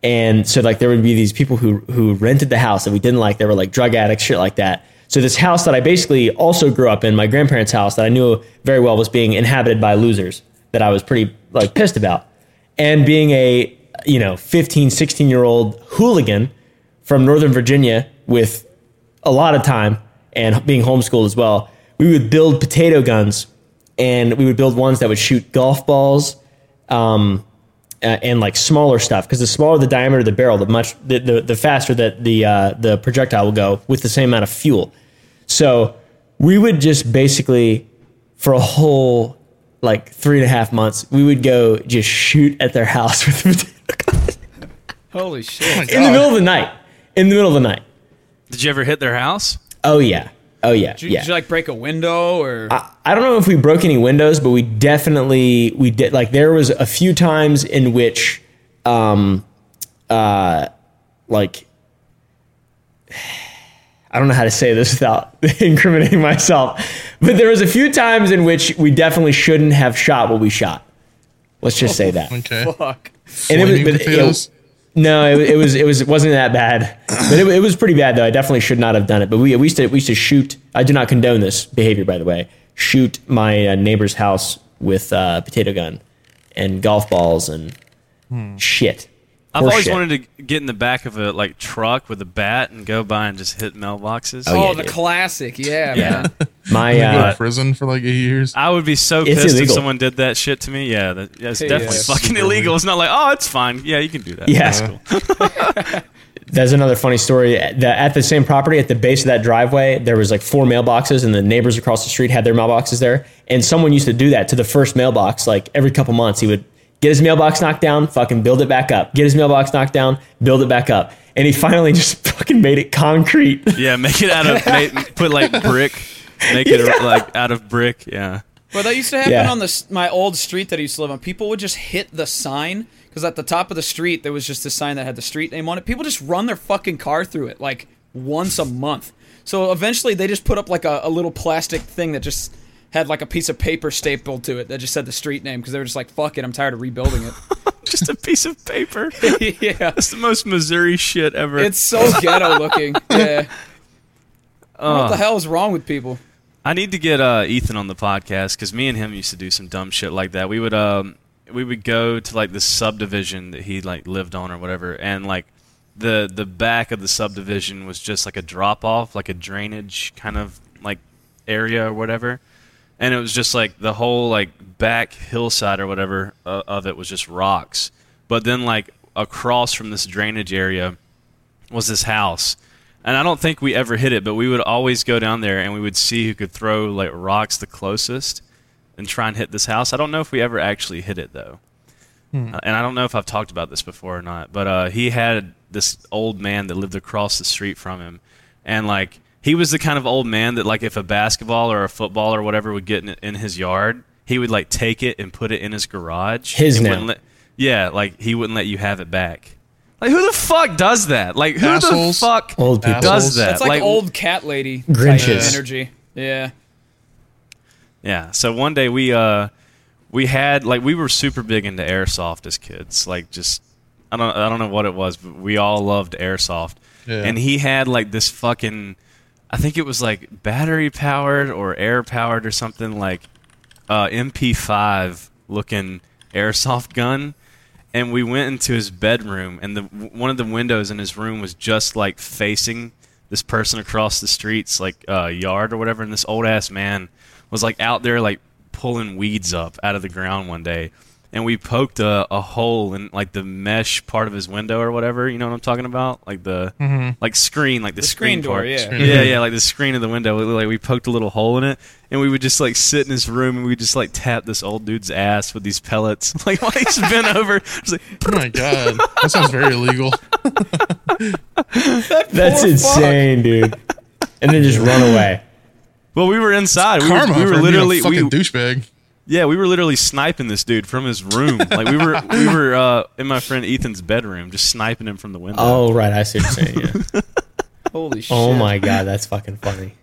[SPEAKER 7] And so like there would be these people who who rented the house that we didn't like. They were like drug addicts, shit like that. So this house that I basically also grew up in, my grandparents' house that I knew very well was being inhabited by losers that I was pretty like pissed about. And being a, you know, 15, 16 year old hooligan from Northern Virginia with a lot of time and being homeschooled as well, we would build potato guns and we would build ones that would shoot golf balls um, a- and like smaller stuff because the smaller the diameter of the barrel, the much the, the, the faster that the uh, the projectile will go with the same amount of fuel. So we would just basically for a whole like three and a half months, we would go just shoot at their house with potato guns
[SPEAKER 6] Holy shit.
[SPEAKER 7] in the middle of the night. In the middle of the night.
[SPEAKER 8] Did you ever hit their house?
[SPEAKER 7] Oh yeah. Oh yeah.
[SPEAKER 6] Did you,
[SPEAKER 7] yeah. Uh,
[SPEAKER 6] did you like break a window or
[SPEAKER 7] I don't know if we broke any windows, but we definitely we did. Like there was a few times in which, um, uh, like I don't know how to say this without incriminating myself, but there was a few times in which we definitely shouldn't have shot what we shot. Let's just say that.
[SPEAKER 5] Okay.
[SPEAKER 6] fuck?
[SPEAKER 7] And
[SPEAKER 5] Flaming
[SPEAKER 7] but
[SPEAKER 5] potatoes.
[SPEAKER 7] no, it, it was it was it wasn't that bad, but it, it was pretty bad though. I definitely should not have done it. But we, we used to we used to shoot. I do not condone this behavior, by the way. Shoot my uh, neighbor's house with uh, potato gun and golf balls and shit.
[SPEAKER 8] I've
[SPEAKER 7] Horse
[SPEAKER 8] always
[SPEAKER 7] shit.
[SPEAKER 8] wanted to get in the back of a like truck with a bat and go by and just hit mailboxes.
[SPEAKER 7] Oh, yeah,
[SPEAKER 6] Oh, the
[SPEAKER 7] dude.
[SPEAKER 6] classic. Yeah,
[SPEAKER 7] Yeah,
[SPEAKER 6] man.
[SPEAKER 7] my
[SPEAKER 5] Go to
[SPEAKER 7] uh,
[SPEAKER 5] prison for like eight years.
[SPEAKER 8] I would be so
[SPEAKER 7] It's
[SPEAKER 8] pissed if
[SPEAKER 7] illegal.
[SPEAKER 8] someone did that shit to me. Yeah, that, yeah it's
[SPEAKER 6] Yeah,
[SPEAKER 8] definitely
[SPEAKER 6] it's
[SPEAKER 8] fucking
[SPEAKER 5] super
[SPEAKER 8] illegal.
[SPEAKER 5] illegal.
[SPEAKER 8] It's not like, oh, it's fine. Yeah, you can do that.
[SPEAKER 7] yeah. That's another funny story. The, at the same property, at the base of that driveway, there was like four mailboxes, and the neighbors across the street had their mailboxes there. And someone used to do that to the first mailbox. Like every couple months, he would get his mailbox knocked down, fucking build it back up. Get his mailbox knocked down, build it back up. And he finally just fucking made it concrete.
[SPEAKER 8] Yeah, make it out of make, put like brick, make it like out of brick. Yeah,
[SPEAKER 6] But that used to happen
[SPEAKER 7] Yeah.
[SPEAKER 6] on the s- my old street that I used to live on. People would just hit the sign because at the top of the street there was just a sign that had the street name on it. People just run their fucking car through it like once a month. So eventually they just put up like a, a little plastic thing that just had like a piece of paper stapled to it that just said the street name because they were just like, "Fuck it, I'm tired of rebuilding it."
[SPEAKER 8] just a piece of paper.
[SPEAKER 6] yeah,
[SPEAKER 8] That's the most Missouri shit ever.
[SPEAKER 6] it's so ghetto looking. Yeah. what the hell is wrong with people?
[SPEAKER 8] I need to get uh, Ethan on the podcast because me and him used to do some dumb shit like that. We would um we would go to like this subdivision that he like lived on or whatever, and like the the back of the subdivision was just like a drop off, like a drainage kind of like area or whatever, and it was just like the whole like back hillside or whatever uh, of it was just rocks. But then like across from this drainage area was this house. And I don't think we ever hit it, but we would always go down there and we would see who could throw like rocks the closest and try and hit this house. I don't know if we ever actually hit it though.
[SPEAKER 7] Hmm.
[SPEAKER 8] Uh, and I don't know if I've talked about this before or not, but uh, he had this old man that lived across the street from him. And like he was the kind of old man that like if a basketball or a football or whatever would get in, in his yard, he would like take it and put it in his garage.
[SPEAKER 7] His
[SPEAKER 8] He
[SPEAKER 7] now.
[SPEAKER 8] wouldn't let- yeah, like he wouldn't let you have it back. Like who the fuck does that? Like who
[SPEAKER 5] Assholes.
[SPEAKER 8] the fuck
[SPEAKER 7] Old people.
[SPEAKER 8] does
[SPEAKER 5] Assholes.
[SPEAKER 8] that?
[SPEAKER 6] That's like, old cat lady type
[SPEAKER 7] Grinches.
[SPEAKER 6] energy. Yeah.
[SPEAKER 8] Yeah. So one day we uh we had like we were super big into airsoft as kids. Like just I don't I don't know what it was, but we all loved airsoft.
[SPEAKER 5] Yeah.
[SPEAKER 8] And he had like this fucking I think it was like battery powered or air powered or something like uh, MP5 looking airsoft gun, and we went into his bedroom, and the w- one of the windows in his room was just like facing this person across the streets, like uh, yard or whatever, and this old ass man was like out there like pulling weeds up out of the ground one day. And we poked a, a hole in like the mesh part of his window or whatever. You know what I'm talking about? Like the like screen, like the,
[SPEAKER 6] Mm-hmm. screen door,
[SPEAKER 8] part.
[SPEAKER 6] yeah. Screen
[SPEAKER 5] Mm-hmm.
[SPEAKER 8] Yeah, yeah, like the screen of the window. we- Like we poked a little hole in it, and we would just like sit in his room and we just like tap this old dude's ass with these pellets. Like while he's bent over, just like
[SPEAKER 5] Oh my god, that sounds very illegal.
[SPEAKER 7] That's
[SPEAKER 6] Poor fuck.
[SPEAKER 7] insane, dude. And then just run away.
[SPEAKER 8] well, we were inside. We
[SPEAKER 5] Karma.
[SPEAKER 8] were, we were
[SPEAKER 5] for
[SPEAKER 8] literally
[SPEAKER 5] literally being a
[SPEAKER 8] we,
[SPEAKER 5] fucking douchebag.
[SPEAKER 8] yeah, we were literally sniping this dude from his room. Like we were we were uh, in my friend Ethan's bedroom, just sniping him from the window.
[SPEAKER 7] Oh right, I see what you're saying. Yeah.
[SPEAKER 6] Holy shit.
[SPEAKER 7] Oh my god, that's fucking funny.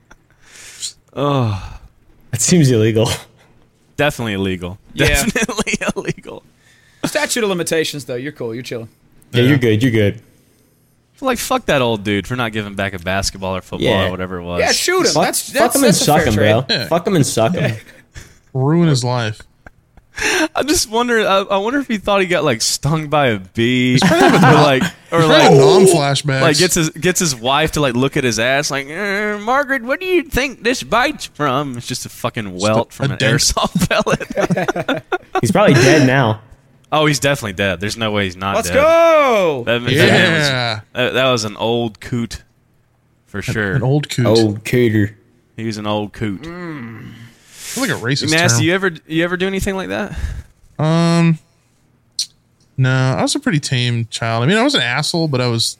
[SPEAKER 7] oh, that seems illegal.
[SPEAKER 8] Definitely illegal.
[SPEAKER 6] Yeah.
[SPEAKER 8] Definitely illegal.
[SPEAKER 6] Statute of limitations, though. You're cool. You're chilling.
[SPEAKER 7] Yeah, you're good. You're good.
[SPEAKER 8] Like fuck that old dude for not giving back a basketball or football
[SPEAKER 7] Yeah.
[SPEAKER 8] or whatever it was.
[SPEAKER 6] Yeah, shoot him.
[SPEAKER 7] Oh, Fuck,
[SPEAKER 6] that's that's,
[SPEAKER 7] fuck him and
[SPEAKER 6] that's a
[SPEAKER 7] suck
[SPEAKER 6] fair
[SPEAKER 7] him,
[SPEAKER 6] trade.
[SPEAKER 7] bro. Fuck him and suck him.
[SPEAKER 5] Ruin his life.
[SPEAKER 8] I just wonder. I, I wonder if he thought he got like stung by a bee, or like, or like,
[SPEAKER 5] non flashbacks.
[SPEAKER 8] like gets his gets his wife to like look at his ass, like "Er, Margaret, what do you think this bites from? It's just a fucking welt
[SPEAKER 5] a-
[SPEAKER 8] from
[SPEAKER 5] a
[SPEAKER 8] an
[SPEAKER 5] dent.
[SPEAKER 8] airsoft pellet.
[SPEAKER 7] He's probably dead now.
[SPEAKER 8] oh, he's definitely dead. There's no way he's not
[SPEAKER 6] Let's
[SPEAKER 8] dead.
[SPEAKER 6] go.
[SPEAKER 8] That, that man was-
[SPEAKER 5] yeah.
[SPEAKER 8] that- that was an old coot for sure.
[SPEAKER 5] An old coot.
[SPEAKER 7] Oh. Cater.
[SPEAKER 8] he was an old coot.
[SPEAKER 5] I feel like a racist
[SPEAKER 8] Nasty. You
[SPEAKER 5] term.
[SPEAKER 8] ever you ever do anything like that?
[SPEAKER 5] Um, no, I was a pretty tame child. I mean, I was an asshole, but I was.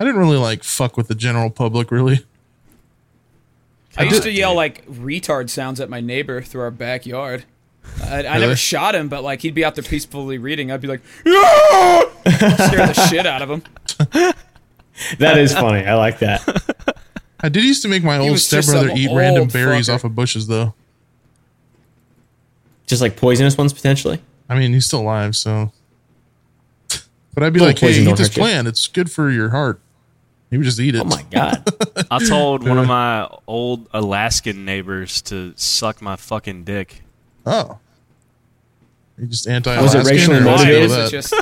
[SPEAKER 5] I didn't really like fuck with the general public, really.
[SPEAKER 6] I
[SPEAKER 8] God,
[SPEAKER 6] used to yell
[SPEAKER 8] dude.
[SPEAKER 6] like retard sounds at my neighbor through our backyard. I, I
[SPEAKER 5] Really?
[SPEAKER 6] never shot him, but like he'd be out there peacefully reading. I'd be like, "Yeah!" scare the shit out of him.
[SPEAKER 7] That is funny. I like that.
[SPEAKER 5] I did used to make my old
[SPEAKER 6] was just
[SPEAKER 5] stepbrother
[SPEAKER 6] some
[SPEAKER 5] eat random
[SPEAKER 6] old
[SPEAKER 5] berries
[SPEAKER 6] fucker.
[SPEAKER 5] off of bushes, though.
[SPEAKER 7] Just like poisonous ones potentially.
[SPEAKER 5] I mean, he's still alive, so. But I'd be
[SPEAKER 7] Little
[SPEAKER 5] like, hey,
[SPEAKER 7] poison
[SPEAKER 5] eat
[SPEAKER 7] don't
[SPEAKER 5] this
[SPEAKER 7] hurt you.
[SPEAKER 5] plant. It's good for your heart. He would just eat it.
[SPEAKER 7] Oh my god.
[SPEAKER 8] I told one of my old Alaskan neighbors to suck my fucking dick.
[SPEAKER 5] Oh. He just anti
[SPEAKER 7] Was it racially motivated?
[SPEAKER 6] It's just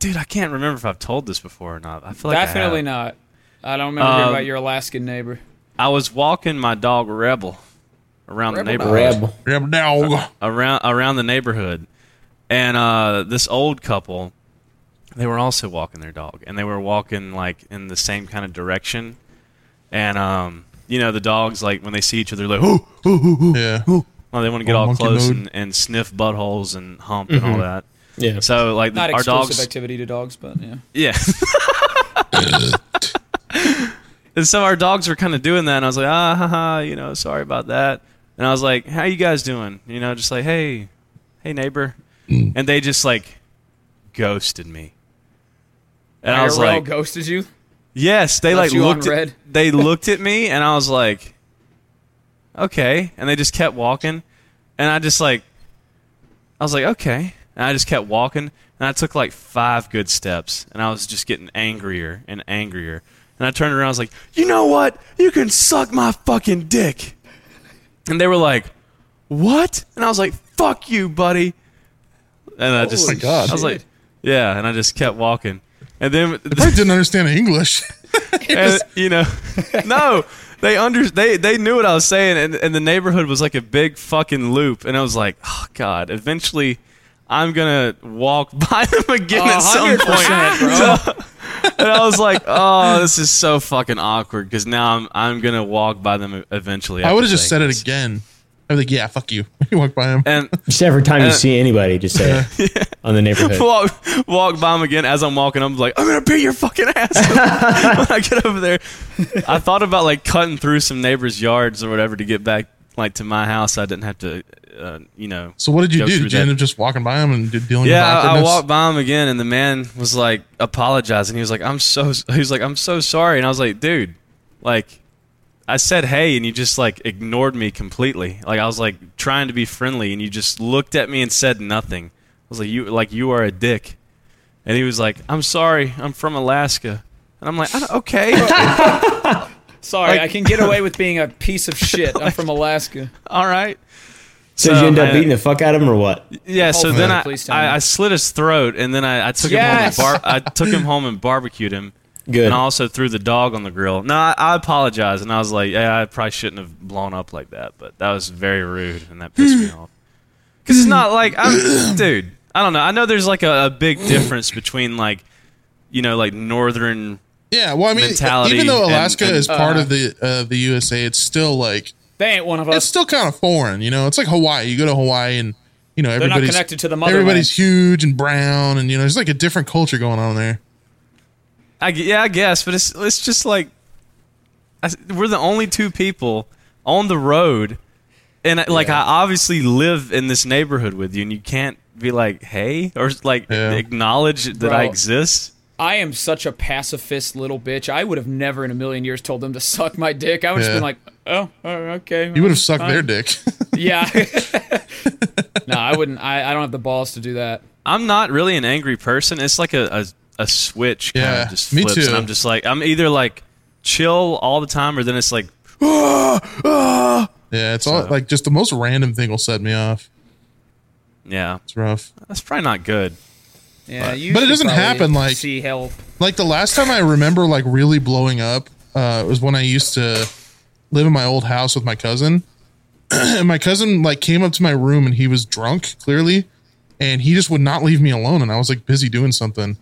[SPEAKER 8] Dude, I can't remember if I've told this before or not. I feel like I
[SPEAKER 6] definitely
[SPEAKER 8] have.
[SPEAKER 6] not. I don't remember hearing
[SPEAKER 8] Um,
[SPEAKER 6] about your Alaskan neighbor.
[SPEAKER 8] I was walking my dog Rebel around the
[SPEAKER 6] Rebel dog.
[SPEAKER 8] neighborhood,
[SPEAKER 7] Reb.
[SPEAKER 5] Grab dog.
[SPEAKER 8] around around the neighborhood, and uh, this old couple, they were also walking their dog, and they were walking like in the same kind of direction, and um, you know the dogs like when they see each other, they're like oh,
[SPEAKER 5] Yeah.
[SPEAKER 8] well, they want to get
[SPEAKER 5] Oh,
[SPEAKER 8] all
[SPEAKER 5] monkey
[SPEAKER 8] close
[SPEAKER 5] mode.
[SPEAKER 8] and, and sniff buttholes and hump and all that.
[SPEAKER 7] Yeah.
[SPEAKER 8] So like the,
[SPEAKER 6] Mm-hmm. Not
[SPEAKER 8] our
[SPEAKER 6] exclusive
[SPEAKER 8] dogs,
[SPEAKER 6] activity to dogs, but yeah.
[SPEAKER 8] Yeah. and so our dogs were kind of doing that, and I was like, ah, ha, ha, you know, sorry about that. And I was like, how you guys doing? You know, just like, hey, hey, neighbor. And they just like ghosted me. And I was
[SPEAKER 6] IRL
[SPEAKER 8] like,
[SPEAKER 6] ghosted you.
[SPEAKER 8] yes, they
[SPEAKER 6] Left
[SPEAKER 8] like
[SPEAKER 6] you on
[SPEAKER 8] looked
[SPEAKER 6] red.
[SPEAKER 8] at, they looked at me, and I was like, okay. And they just kept walking, and I just like, I was like, okay. And I just kept walking, and I took like five good steps, and I was just getting angrier and angrier. And I turned around, I was like, you know what? You can suck my fucking dick. And they were like, what? And I was like, fuck you, buddy. And I just,
[SPEAKER 6] Holy God.
[SPEAKER 8] I was like, yeah. And I just kept walking. And then
[SPEAKER 5] I didn't understand English.
[SPEAKER 8] and, you know, no, they under they they knew what I was saying, and, and the neighborhood was like a big fucking loop, and I was like, oh god, eventually. I'm gonna walk by them again at some point, So- and I was like, "Oh, this is so fucking awkward." Because now I'm I'm gonna walk by them e-, eventually.
[SPEAKER 5] I
[SPEAKER 8] after
[SPEAKER 5] would have just said
[SPEAKER 8] saying
[SPEAKER 5] it
[SPEAKER 8] this.
[SPEAKER 5] again. I'd be like, yeah, fuck you. You walk by him.
[SPEAKER 8] And
[SPEAKER 7] Just every time you
[SPEAKER 8] Uh,
[SPEAKER 7] see anybody, just say it on the neighborhood.
[SPEAKER 8] walk walk by him again as I'm walking. I'm like, I'm gonna beat your fucking ass when I get over there. I thought about like cutting through some neighbors' yards or whatever to get back like to my house. I didn't have to, uh, you know.
[SPEAKER 5] So what did you
[SPEAKER 8] go
[SPEAKER 5] do?
[SPEAKER 8] through
[SPEAKER 5] Did you
[SPEAKER 8] that.
[SPEAKER 5] end up just walking by him and de- dealing
[SPEAKER 8] Yeah,
[SPEAKER 5] with
[SPEAKER 8] I, I
[SPEAKER 5] awkwardness?
[SPEAKER 8] walked by him again, and the man was like apologizing. He was like, "I'm so," he was like, "I'm so sorry," and I was like, "Dude, like." I said hey, and you just like ignored me completely. Like I was like trying to be friendly, and you just looked at me and said nothing. I was like, you like you are a dick. And he was like, I'm sorry, I'm from Alaska. And I'm like, I don't- okay,
[SPEAKER 6] Sorry, I can get away with being a piece of shit. I'm from Alaska.
[SPEAKER 8] all right.
[SPEAKER 7] so did you end up
[SPEAKER 6] uh,
[SPEAKER 8] I-
[SPEAKER 7] beating the fuck out of him or what?
[SPEAKER 8] Yeah, so
[SPEAKER 6] Oh,
[SPEAKER 8] then
[SPEAKER 6] man.
[SPEAKER 8] I,
[SPEAKER 6] Please tell me.
[SPEAKER 8] I, I slit his throat, and then I, I took
[SPEAKER 6] Yes.
[SPEAKER 8] him home and bar- I took him home and barbecued him.
[SPEAKER 7] Good.
[SPEAKER 8] And I also threw the dog on the grill. No, I, I apologize, and I was like, yeah, I probably shouldn't have blown up like that, but that was very rude, and that pissed me off. Because it's not like I'm, dude. I don't know. I know there's like a, a big difference between like, you know, like northern.
[SPEAKER 5] Yeah, well, I mean,
[SPEAKER 8] mentality
[SPEAKER 5] even though
[SPEAKER 8] and-
[SPEAKER 5] Alaska
[SPEAKER 8] and-
[SPEAKER 5] is part of the uh, the USA, it's still like
[SPEAKER 6] They ain't one of
[SPEAKER 5] it's
[SPEAKER 6] us.
[SPEAKER 5] still kind of foreign. You know, it's like Hawaii. You go to Hawaii and you know
[SPEAKER 6] not
[SPEAKER 5] everybody's
[SPEAKER 6] connected to the motherland.
[SPEAKER 5] everybody's huge and brown, and you know, there's like a different culture going on there.
[SPEAKER 8] I g yeah, I guess, but it's it's just like, I s we're the only two people on the road, and I- like I obviously live in this neighborhood with you, and you can't be like, hey, or like
[SPEAKER 5] Yeah.
[SPEAKER 8] acknowledge that I
[SPEAKER 6] Bro.
[SPEAKER 8] exist.
[SPEAKER 6] I am such a pacifist little bitch. I would have never in a million years told them to suck my dick. I would have
[SPEAKER 5] Yeah.
[SPEAKER 6] been like, oh, oh, okay.
[SPEAKER 5] You would have sucked their dick.
[SPEAKER 6] Yeah. no, I wouldn't. I, I don't have the balls to do that.
[SPEAKER 8] I'm not really an angry person. It's like a, a a switch kind
[SPEAKER 5] Yeah,
[SPEAKER 8] of just
[SPEAKER 5] me
[SPEAKER 8] flips,
[SPEAKER 5] too.
[SPEAKER 8] and I'm just like I'm either like chill all the time, or then it's like
[SPEAKER 5] Ah, Yeah, it's all like just the most random thing will set me off.
[SPEAKER 8] yeah,
[SPEAKER 5] It's rough.
[SPEAKER 8] that's probably not good.
[SPEAKER 6] Yeah, you
[SPEAKER 5] but it
[SPEAKER 6] should
[SPEAKER 5] doesn't
[SPEAKER 6] probably
[SPEAKER 5] happen, like-
[SPEAKER 6] see help.
[SPEAKER 5] Like the last time I remember like really blowing up uh, was when I used to live in my old house with my cousin, and my cousin like came up to my room and he was drunk clearly, and he just would not leave me alone, and I was like busy doing something,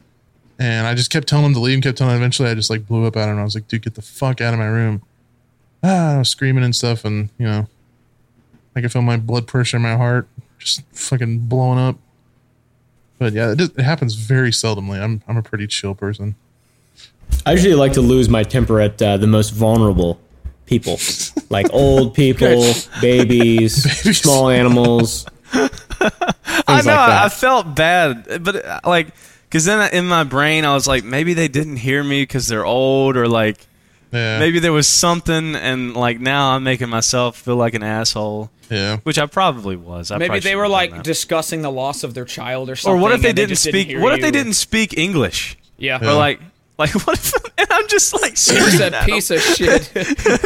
[SPEAKER 5] and I just kept telling him to leave, and kept telling him. Eventually, I just like blew up at him, and I was like, "Dude, get the fuck out of my room!" Ah, I was screaming and stuff, and you know, I could feel my blood pressure in my heart just fucking blowing up. But yeah, it, just, it happens very seldomly. I'm I'm a pretty chill person.
[SPEAKER 7] I usually like to lose my temper at uh, the most vulnerable people, like old people, babies, small animals.
[SPEAKER 6] Oh,
[SPEAKER 7] Things
[SPEAKER 8] I know.
[SPEAKER 7] like
[SPEAKER 8] I-
[SPEAKER 7] that.
[SPEAKER 8] I felt bad, but uh, like, because then in my brain, I was like, maybe they didn't hear me because they're old, or like,
[SPEAKER 5] Yeah,
[SPEAKER 8] maybe there was something, and like now I'm making myself feel like an asshole,
[SPEAKER 5] Yeah,
[SPEAKER 8] which I probably was. I
[SPEAKER 6] Maybe
[SPEAKER 8] probably
[SPEAKER 6] they
[SPEAKER 8] shouldn't
[SPEAKER 6] were
[SPEAKER 8] have
[SPEAKER 6] like
[SPEAKER 8] done that.
[SPEAKER 6] discussing the loss of their child or something.
[SPEAKER 8] or what if they
[SPEAKER 6] and
[SPEAKER 8] didn't
[SPEAKER 6] just
[SPEAKER 8] speak?
[SPEAKER 6] hear
[SPEAKER 8] what if
[SPEAKER 6] you.
[SPEAKER 8] they didn't speak English?
[SPEAKER 6] Yeah.
[SPEAKER 8] Or like, like what if? And I'm just like,
[SPEAKER 6] Here's
[SPEAKER 8] screaming
[SPEAKER 6] that
[SPEAKER 8] at 'em.
[SPEAKER 6] piece of shit.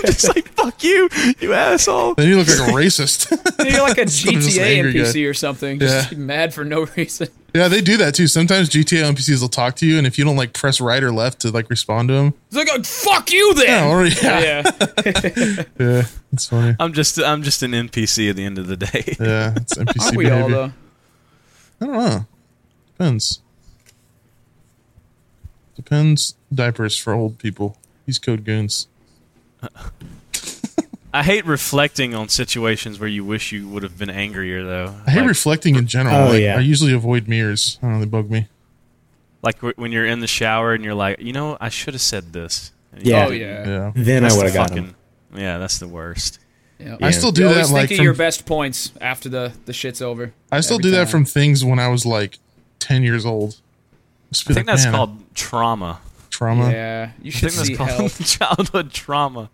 [SPEAKER 8] just like, fuck you, you asshole.
[SPEAKER 5] then you look like a racist.
[SPEAKER 6] You're like a
[SPEAKER 5] I'm just an
[SPEAKER 6] GTA
[SPEAKER 5] angry
[SPEAKER 6] NPC or something. Just
[SPEAKER 5] Yeah.
[SPEAKER 6] mad for no reason.
[SPEAKER 5] yeah, they do that too. Sometimes GTA NPCs will talk to you, and if you don't like press right or left to like respond to them,
[SPEAKER 6] It's like, oh, fuck you
[SPEAKER 5] yeah,
[SPEAKER 6] then.
[SPEAKER 5] or, yeah, yeah,
[SPEAKER 6] Yeah.
[SPEAKER 5] it's funny.
[SPEAKER 8] I'm just, I'm just an NPC at the end of the day.
[SPEAKER 5] Yeah, it's NPC
[SPEAKER 6] Aren't we
[SPEAKER 5] behavior.
[SPEAKER 6] all though?
[SPEAKER 5] I don't know. Depends. Depends. Diapers for old people. These code goons.
[SPEAKER 8] I hate reflecting on situations where you wish you would have been angrier, though.
[SPEAKER 5] I hate
[SPEAKER 8] like,
[SPEAKER 5] reflecting in general.
[SPEAKER 7] Oh,
[SPEAKER 5] Like,
[SPEAKER 7] yeah.
[SPEAKER 5] I usually avoid mirrors. I don't know, they bug me.
[SPEAKER 8] like wh- when you're in the shower and you're like, you know, I should have said this. And you-
[SPEAKER 7] yeah.
[SPEAKER 6] Oh yeah.
[SPEAKER 5] Yeah.
[SPEAKER 7] Then I
[SPEAKER 8] that's
[SPEAKER 7] would
[SPEAKER 8] the
[SPEAKER 7] have got him.
[SPEAKER 8] fucking- Yeah, that's the worst.
[SPEAKER 5] I still do
[SPEAKER 6] You
[SPEAKER 5] that
[SPEAKER 6] always
[SPEAKER 5] like
[SPEAKER 6] think
[SPEAKER 5] from-
[SPEAKER 6] of your best points after the, the shit's over.
[SPEAKER 5] I still do
[SPEAKER 6] every
[SPEAKER 5] that
[SPEAKER 6] time.
[SPEAKER 5] from things when I was like 10 years old. Just be
[SPEAKER 8] I think
[SPEAKER 5] like,
[SPEAKER 8] that's
[SPEAKER 5] "Man,
[SPEAKER 8] called trauma.
[SPEAKER 5] trauma.
[SPEAKER 6] Yeah, you
[SPEAKER 8] I
[SPEAKER 6] should
[SPEAKER 8] think
[SPEAKER 6] see
[SPEAKER 8] that's
[SPEAKER 6] help.
[SPEAKER 8] called childhood trauma.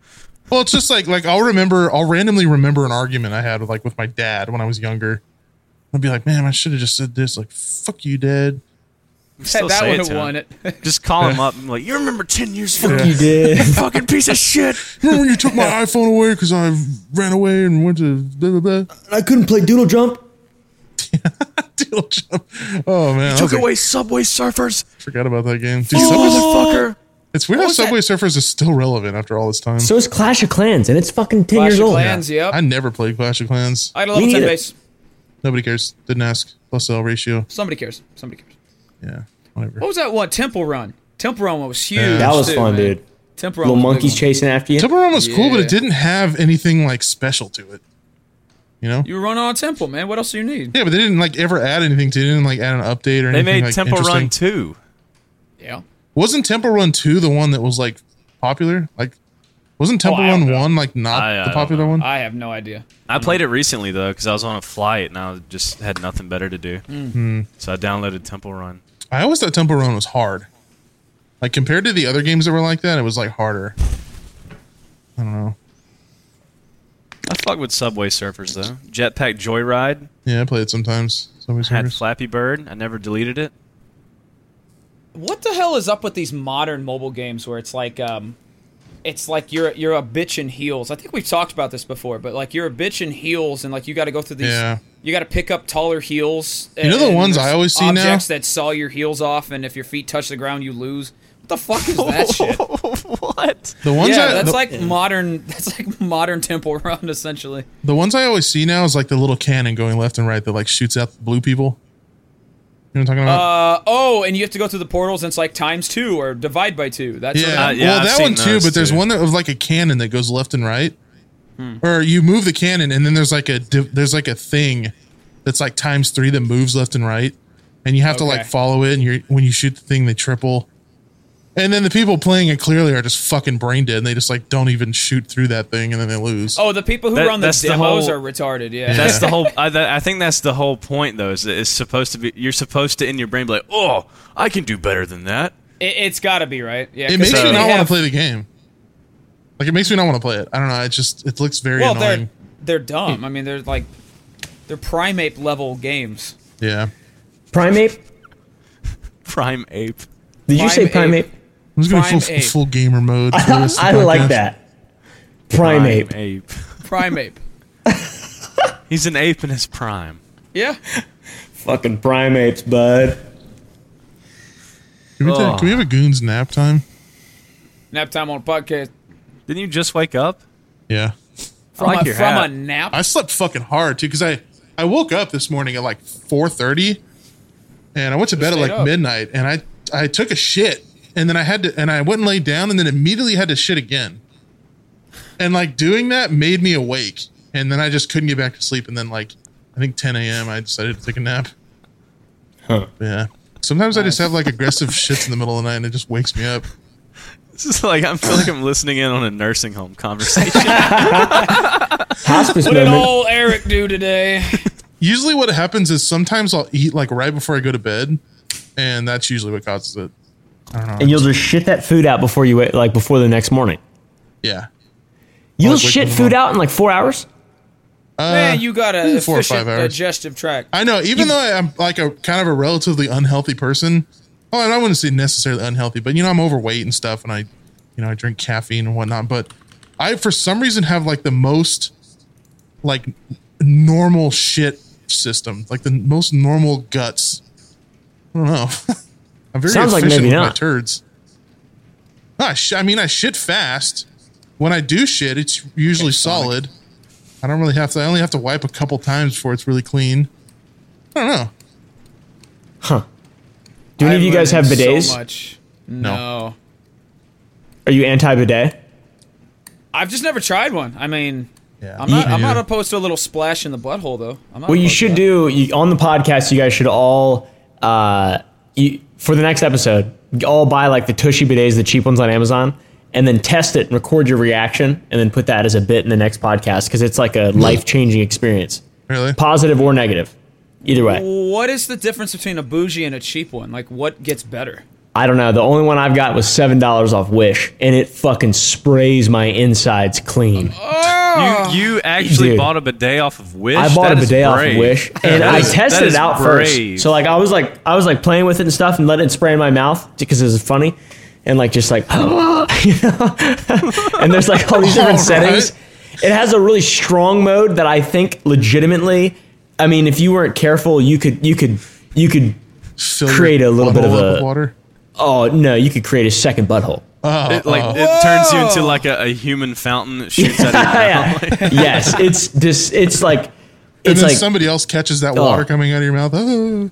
[SPEAKER 5] Well, it's just like like I'll remember I'll randomly remember an argument I had with like with my dad when I was younger. I'll be like, man, I should have just said this. Like, fuck you, dad.
[SPEAKER 8] You Still
[SPEAKER 6] that
[SPEAKER 8] say
[SPEAKER 6] would
[SPEAKER 8] it
[SPEAKER 6] have
[SPEAKER 8] to him.
[SPEAKER 6] won it.
[SPEAKER 8] Just call him up and be like, you remember ten years ago?
[SPEAKER 7] You did.
[SPEAKER 8] you fucking piece of shit.
[SPEAKER 5] Remember when you took my iPhone away because I ran away and went to blah blah blah.
[SPEAKER 7] I couldn't play Doodle Jump.
[SPEAKER 5] Doodle jump. Oh man, I was
[SPEAKER 8] Took
[SPEAKER 5] like,
[SPEAKER 8] away Subway Surfers.
[SPEAKER 5] forgot about that game. Dude,
[SPEAKER 8] You
[SPEAKER 5] Subway-
[SPEAKER 8] motherfucker.
[SPEAKER 5] it's weird how Subway Surfers is still relevant after all this time.
[SPEAKER 7] So is Clash of Clans, and it's fucking ten
[SPEAKER 6] Clash
[SPEAKER 7] years
[SPEAKER 6] of
[SPEAKER 7] old.
[SPEAKER 6] Clans, yep.
[SPEAKER 5] I never played Clash of Clans.
[SPEAKER 6] I love
[SPEAKER 7] neither.
[SPEAKER 6] base.
[SPEAKER 5] Nobody cares. Didn't ask. Plus L ratio.
[SPEAKER 6] Somebody cares. Somebody cares.
[SPEAKER 5] Yeah, whatever.
[SPEAKER 6] What was that one? Temple Run. Temple Run was huge.
[SPEAKER 7] That was
[SPEAKER 6] too,
[SPEAKER 7] fun,
[SPEAKER 6] man.
[SPEAKER 7] dude.
[SPEAKER 6] Temple Run.
[SPEAKER 7] Little
[SPEAKER 6] was a big
[SPEAKER 7] monkeys
[SPEAKER 6] one.
[SPEAKER 7] chasing after you.
[SPEAKER 5] Temple Run was cool, but
[SPEAKER 6] Yeah.
[SPEAKER 5] it didn't have anything like special to it. You know?
[SPEAKER 6] You were running on Temple, man. What else do you need?
[SPEAKER 5] Yeah, but they didn't like ever add anything to it. They didn't like add an update or
[SPEAKER 8] They
[SPEAKER 5] anything.
[SPEAKER 8] made
[SPEAKER 5] like,
[SPEAKER 8] Temple Run
[SPEAKER 5] interesting.
[SPEAKER 8] two.
[SPEAKER 6] Yeah.
[SPEAKER 5] Wasn't Temple Run two the one that was like popular? Like, wasn't Temple
[SPEAKER 6] Oh, I
[SPEAKER 5] Run
[SPEAKER 6] don't know.
[SPEAKER 5] one like not
[SPEAKER 8] I- I
[SPEAKER 5] the
[SPEAKER 8] don't
[SPEAKER 5] popular
[SPEAKER 8] know.
[SPEAKER 5] one?
[SPEAKER 6] I have no idea.
[SPEAKER 8] I played it recently though because I was on a flight and I just had nothing better to do,
[SPEAKER 5] Hmm.
[SPEAKER 8] so I downloaded Temple Run.
[SPEAKER 5] I always thought Temple Run was hard. Like compared to the other games that were like that, it was like harder. I don't know.
[SPEAKER 8] I fuck with Subway Surfers though. Jetpack Joyride
[SPEAKER 5] Yeah, I play it sometimes. Subway
[SPEAKER 8] had
[SPEAKER 5] Surfers.
[SPEAKER 8] Flappy Bird. I never deleted it.
[SPEAKER 6] What the hell is up with these modern mobile games where it's like um it's like you're you're a bitch in heels. I think we've talked about this before, but like you're a bitch in heels and like you got to go through these
[SPEAKER 5] Yeah.
[SPEAKER 6] you got to pick up taller heels. You
[SPEAKER 5] know the ones I always see now?
[SPEAKER 6] objects that saw your heels off and if your feet touch the ground you lose. What the fuck is that shit?
[SPEAKER 8] what?
[SPEAKER 5] The ones
[SPEAKER 6] yeah,
[SPEAKER 5] I,
[SPEAKER 6] that's
[SPEAKER 5] the,
[SPEAKER 6] like modern that's like modern temple run essentially.
[SPEAKER 5] the ones I always see now is like the little cannon going left and right that like shoots out the blue people. You know what I'm talking about?
[SPEAKER 6] Uh oh, and you have to go through the portals and it's like times 2 or divide by 2. That's
[SPEAKER 5] Yeah,
[SPEAKER 8] Uh, yeah,
[SPEAKER 5] well,
[SPEAKER 8] I've
[SPEAKER 5] that
[SPEAKER 8] seen
[SPEAKER 5] one too.
[SPEAKER 8] those,
[SPEAKER 5] But there's
[SPEAKER 8] too.
[SPEAKER 5] one that was like a cannon that goes left and right,
[SPEAKER 6] Hmm.
[SPEAKER 5] or you move the cannon, and then there's like a div- there's like a thing that's like times three that moves left and right, and you have to like
[SPEAKER 6] Okay.
[SPEAKER 5] follow it. And you when you shoot the thing, they triple, and then the people playing it clearly are just fucking brain dead, and they just like don't even shoot through that thing, and then they lose.
[SPEAKER 6] Oh, the people who
[SPEAKER 8] That-
[SPEAKER 6] run the
[SPEAKER 8] that's the
[SPEAKER 6] demos
[SPEAKER 8] whole-
[SPEAKER 6] are retarded. Yeah.
[SPEAKER 8] That's the whole. I, that, I think that's the whole point, though. Is that it's supposed to be. You're supposed to in your brain be like, "Oh, I can do better than that."
[SPEAKER 6] It, it's got to be right. Yeah,
[SPEAKER 5] it
[SPEAKER 6] 'cause
[SPEAKER 5] makes
[SPEAKER 6] they
[SPEAKER 5] me not want to
[SPEAKER 6] have-
[SPEAKER 5] play the game. Like it makes me not want to play it. I don't know. It just it looks very
[SPEAKER 6] Well, they're
[SPEAKER 5] annoying.
[SPEAKER 6] they're dumb. I mean, they're like they're primate level games.
[SPEAKER 5] Yeah.
[SPEAKER 7] Primate.
[SPEAKER 8] Prime ape.
[SPEAKER 7] Did you say
[SPEAKER 6] Prime ape.
[SPEAKER 7] primate?
[SPEAKER 5] I'm just gonna be
[SPEAKER 6] Prime
[SPEAKER 5] full,
[SPEAKER 6] ape.
[SPEAKER 5] full gamer mode. for the rest of
[SPEAKER 7] I
[SPEAKER 5] the podcast.
[SPEAKER 7] like that. Primate.
[SPEAKER 8] Prime ape.
[SPEAKER 6] Prime ape.
[SPEAKER 8] He's an ape in his prime.
[SPEAKER 6] Yeah.
[SPEAKER 7] Fucking primates, bud.
[SPEAKER 5] Can we, take-
[SPEAKER 8] Oh.
[SPEAKER 5] can we have a goons nap time?
[SPEAKER 6] Nap time on podcast.
[SPEAKER 8] Didn't you just wake up?
[SPEAKER 5] Yeah,
[SPEAKER 6] From,
[SPEAKER 8] like
[SPEAKER 6] a,
[SPEAKER 8] your
[SPEAKER 6] from a
[SPEAKER 8] hat.
[SPEAKER 6] nap.
[SPEAKER 5] I slept fucking hard too because I I woke up this morning at like 4:30, and I went to bed at
[SPEAKER 6] stayed
[SPEAKER 5] like
[SPEAKER 6] up.
[SPEAKER 5] midnight, and I I took a shit, and then I had to and I went and laid down, and then immediately had to shit again, and like doing that made me awake, and then I just couldn't get back to sleep, and then like I think 10 a.m. I decided to take a nap.
[SPEAKER 7] Huh.
[SPEAKER 5] Yeah. Sometimes I just have like aggressive shits in the middle of the night, and it just wakes me up.
[SPEAKER 8] This is like I feel like I'm listening in on a nursing home conversation.
[SPEAKER 7] Hospice
[SPEAKER 6] What did
[SPEAKER 7] moment.
[SPEAKER 6] old Eric do today?
[SPEAKER 5] usually what happens is sometimes I'll eat like right before I go to bed, and that's usually what causes it. I don't know.
[SPEAKER 7] and you'll just shit that food out before you wait, like before the next morning.
[SPEAKER 5] yeah.
[SPEAKER 7] You'll
[SPEAKER 5] Like, wait
[SPEAKER 7] shit
[SPEAKER 5] for the
[SPEAKER 7] food out in like four hours.
[SPEAKER 6] Man, you got a
[SPEAKER 5] Uh, four or five
[SPEAKER 6] efficient
[SPEAKER 5] hours.
[SPEAKER 6] digestive tract.
[SPEAKER 5] I know. Even though I, I'm like a kind of a relatively unhealthy person, well, and I wouldn't say necessarily unhealthy, but you know I'm overweight and stuff, and I, you know, I drink caffeine and whatnot. But I, for some reason, have like the most, like, normal shit system, like the most normal guts. I don't know. I'm very
[SPEAKER 7] Sounds like
[SPEAKER 5] efficient
[SPEAKER 7] maybe
[SPEAKER 5] with
[SPEAKER 7] not.
[SPEAKER 5] my turds. No, I, sh- I mean, I shit fast. When I do shit, it's usually solid. I don't really have to. I only have to wipe a couple times before it's really clean. I don't know.
[SPEAKER 7] Do any of you guys have bidets?
[SPEAKER 6] So much. No.
[SPEAKER 7] Are you anti-bidet?
[SPEAKER 6] I've just never tried one. I mean,
[SPEAKER 5] Yeah.
[SPEAKER 6] I'm not,
[SPEAKER 5] Me
[SPEAKER 6] I'm not
[SPEAKER 5] neither.
[SPEAKER 6] opposed to a little splash in the butthole, though. I'm not
[SPEAKER 7] What you
[SPEAKER 6] opposed to
[SPEAKER 7] should
[SPEAKER 6] that.
[SPEAKER 7] do you, on the podcast, you guys should all, uh, you, for the next episode, all buy like the Tushy bidets, the cheap ones on Amazon, and then test it and record your reaction, and then put that as a bit in the next podcast because it's like a life changing experience,
[SPEAKER 5] Really?
[SPEAKER 7] positive or negative, either way.
[SPEAKER 6] What is the difference between a bougie and a cheap one? Like, what gets better?
[SPEAKER 7] I don't know. The only one I've got was seven dollars off Wish, and it fucking sprays my insides clean.
[SPEAKER 8] you you actually
[SPEAKER 7] Dude.
[SPEAKER 8] bought a bidet off of Wish.
[SPEAKER 7] I bought
[SPEAKER 8] That
[SPEAKER 7] a
[SPEAKER 8] is
[SPEAKER 7] bidet off
[SPEAKER 8] brave.
[SPEAKER 7] of Wish, and
[SPEAKER 8] That
[SPEAKER 7] I
[SPEAKER 8] is-
[SPEAKER 7] tested
[SPEAKER 8] that
[SPEAKER 7] it
[SPEAKER 8] is
[SPEAKER 7] out
[SPEAKER 8] brave.
[SPEAKER 7] first. So like I was like I was like playing with it and stuff, and letting it spray in my mouth because it was funny, and like just like, you know? and there's like all these different
[SPEAKER 5] All right.
[SPEAKER 7] settings. It has a really strong mode that I think legitimately. I mean, if you weren't careful, you could you could you could.
[SPEAKER 5] Fill your
[SPEAKER 7] create a little bit of
[SPEAKER 5] butthole up
[SPEAKER 7] a-
[SPEAKER 5] with water.
[SPEAKER 7] Oh no, you could create a second butthole.
[SPEAKER 5] Oh,
[SPEAKER 8] It, like it turns you into like a, a human fountain that shoots out of your mouth.
[SPEAKER 7] yeah. yes, it's just it's like
[SPEAKER 5] and
[SPEAKER 7] it's
[SPEAKER 5] then
[SPEAKER 7] like
[SPEAKER 5] somebody else catches that
[SPEAKER 7] Oh.
[SPEAKER 5] water coming out of your mouth. Oh,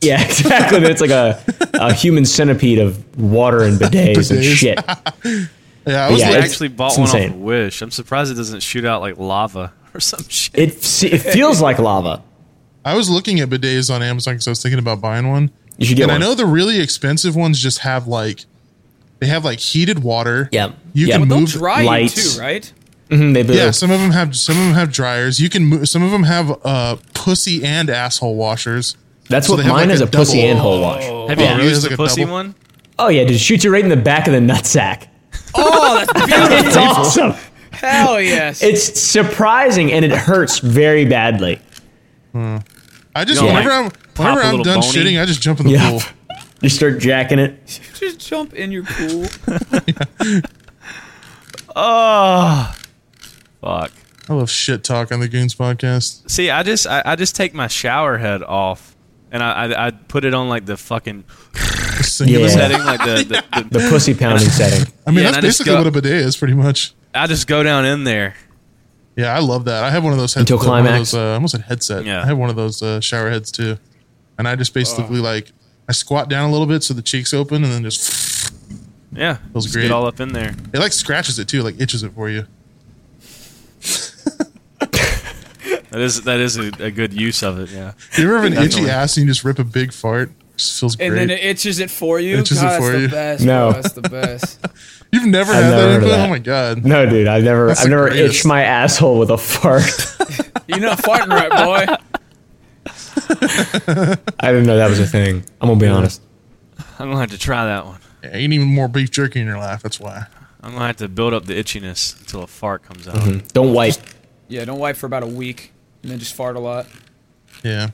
[SPEAKER 7] yeah, exactly. It's like a, a human centipede of water and bidets and
[SPEAKER 5] Bidets.
[SPEAKER 7] shit.
[SPEAKER 5] yeah. I was
[SPEAKER 7] Yeah,
[SPEAKER 5] like,
[SPEAKER 8] I
[SPEAKER 7] it's-
[SPEAKER 8] actually bought
[SPEAKER 7] it's
[SPEAKER 8] one off
[SPEAKER 7] insane.
[SPEAKER 8] of Wish. I'm surprised it doesn't shoot out like lava or some shit.
[SPEAKER 7] It f- it feels like lava.
[SPEAKER 5] I was looking at bidets on Amazon because I was thinking about buying one.
[SPEAKER 7] You should get
[SPEAKER 5] and
[SPEAKER 7] one.
[SPEAKER 5] I know the really expensive ones just have like they have like heated water.
[SPEAKER 7] Yeah.
[SPEAKER 5] You
[SPEAKER 7] Yeah.
[SPEAKER 5] can
[SPEAKER 7] Well,
[SPEAKER 6] They'll
[SPEAKER 5] move
[SPEAKER 6] dry
[SPEAKER 7] lights.
[SPEAKER 6] you too, right?
[SPEAKER 7] Mhm, they do.
[SPEAKER 5] Yeah, some of them have some of them have dryers. You can move, some of them have uh pussy and asshole washers.
[SPEAKER 7] That's
[SPEAKER 5] so
[SPEAKER 7] what
[SPEAKER 5] they have
[SPEAKER 7] mine
[SPEAKER 5] like
[SPEAKER 7] is
[SPEAKER 5] a
[SPEAKER 7] a pussy
[SPEAKER 5] double-
[SPEAKER 7] and hole wash.
[SPEAKER 8] Have you
[SPEAKER 5] Oh, really?
[SPEAKER 8] used
[SPEAKER 5] It's
[SPEAKER 8] the
[SPEAKER 5] like a
[SPEAKER 8] pussy
[SPEAKER 5] double-
[SPEAKER 8] one?
[SPEAKER 7] Oh yeah, dude, shoots you right in the back of the nutsack.
[SPEAKER 6] Oh, that's beautiful.
[SPEAKER 7] It's awesome.
[SPEAKER 6] Hell yes.
[SPEAKER 7] It's surprising and it hurts very badly.
[SPEAKER 5] I just
[SPEAKER 8] Yeah.
[SPEAKER 5] whenever I'm whenever
[SPEAKER 8] a
[SPEAKER 5] I'm
[SPEAKER 8] little
[SPEAKER 5] done
[SPEAKER 8] bony.
[SPEAKER 5] shitting, I just jump in the
[SPEAKER 7] Yeah.
[SPEAKER 5] pool.
[SPEAKER 7] You start jacking it.
[SPEAKER 6] just jump in your pool.
[SPEAKER 8] Oh, fuck.
[SPEAKER 5] I love shit talk on the Goons podcast.
[SPEAKER 8] See, I just I, I just take my shower head off, and I, I I put it on like the fucking
[SPEAKER 5] Singular.
[SPEAKER 7] Yeah.
[SPEAKER 8] setting, like the, the, the
[SPEAKER 7] The pussy pounding setting.
[SPEAKER 5] I mean,
[SPEAKER 8] Yeah,
[SPEAKER 5] that's
[SPEAKER 8] and I just
[SPEAKER 5] basically
[SPEAKER 8] go-
[SPEAKER 5] what a bidet is, pretty much.
[SPEAKER 8] I just go down in there.
[SPEAKER 5] Yeah, I love that. I have one of those heads-
[SPEAKER 7] Until
[SPEAKER 5] one of
[SPEAKER 7] climax.
[SPEAKER 5] those, uh, I almost said headset.
[SPEAKER 8] Yeah.
[SPEAKER 5] I have one of those uh, shower heads too, and I just basically like I squat down a little bit so the cheeks open, and then just
[SPEAKER 8] Yeah,
[SPEAKER 5] Feels
[SPEAKER 8] just
[SPEAKER 5] great.
[SPEAKER 8] Get all up in there.
[SPEAKER 5] it like scratches it too, like itches it for you.
[SPEAKER 8] That is that is a, a good use of it. Yeah.
[SPEAKER 5] You ever have an itchy
[SPEAKER 8] Definitely.
[SPEAKER 5] ass and you just rip a big fart? Just feels
[SPEAKER 6] And
[SPEAKER 5] great.
[SPEAKER 6] then it itches it for you.
[SPEAKER 5] Itches it
[SPEAKER 6] God,
[SPEAKER 5] for
[SPEAKER 6] that's
[SPEAKER 5] you.
[SPEAKER 6] the best.
[SPEAKER 7] No.
[SPEAKER 6] Bro, that's the best.
[SPEAKER 5] You've never
[SPEAKER 7] I've
[SPEAKER 5] had
[SPEAKER 7] never
[SPEAKER 5] that
[SPEAKER 7] heard of
[SPEAKER 5] input?
[SPEAKER 7] that.
[SPEAKER 5] Oh my god.
[SPEAKER 7] No, dude, I've never
[SPEAKER 5] That's
[SPEAKER 7] I've
[SPEAKER 5] the
[SPEAKER 7] never
[SPEAKER 5] greatest.
[SPEAKER 7] itched my asshole with a fart.
[SPEAKER 6] You're not farting right, boy.
[SPEAKER 7] I didn't know that was a thing. I'm gonna be honest.
[SPEAKER 8] I'm gonna have to try that one.
[SPEAKER 5] Yeah, you need even more beef jerky in your life. That's why.
[SPEAKER 8] I'm gonna have to build up the itchiness until a fart comes out.
[SPEAKER 7] Don't wipe.
[SPEAKER 6] Yeah, don't wipe for about a week and then just fart a lot.
[SPEAKER 5] Yeah.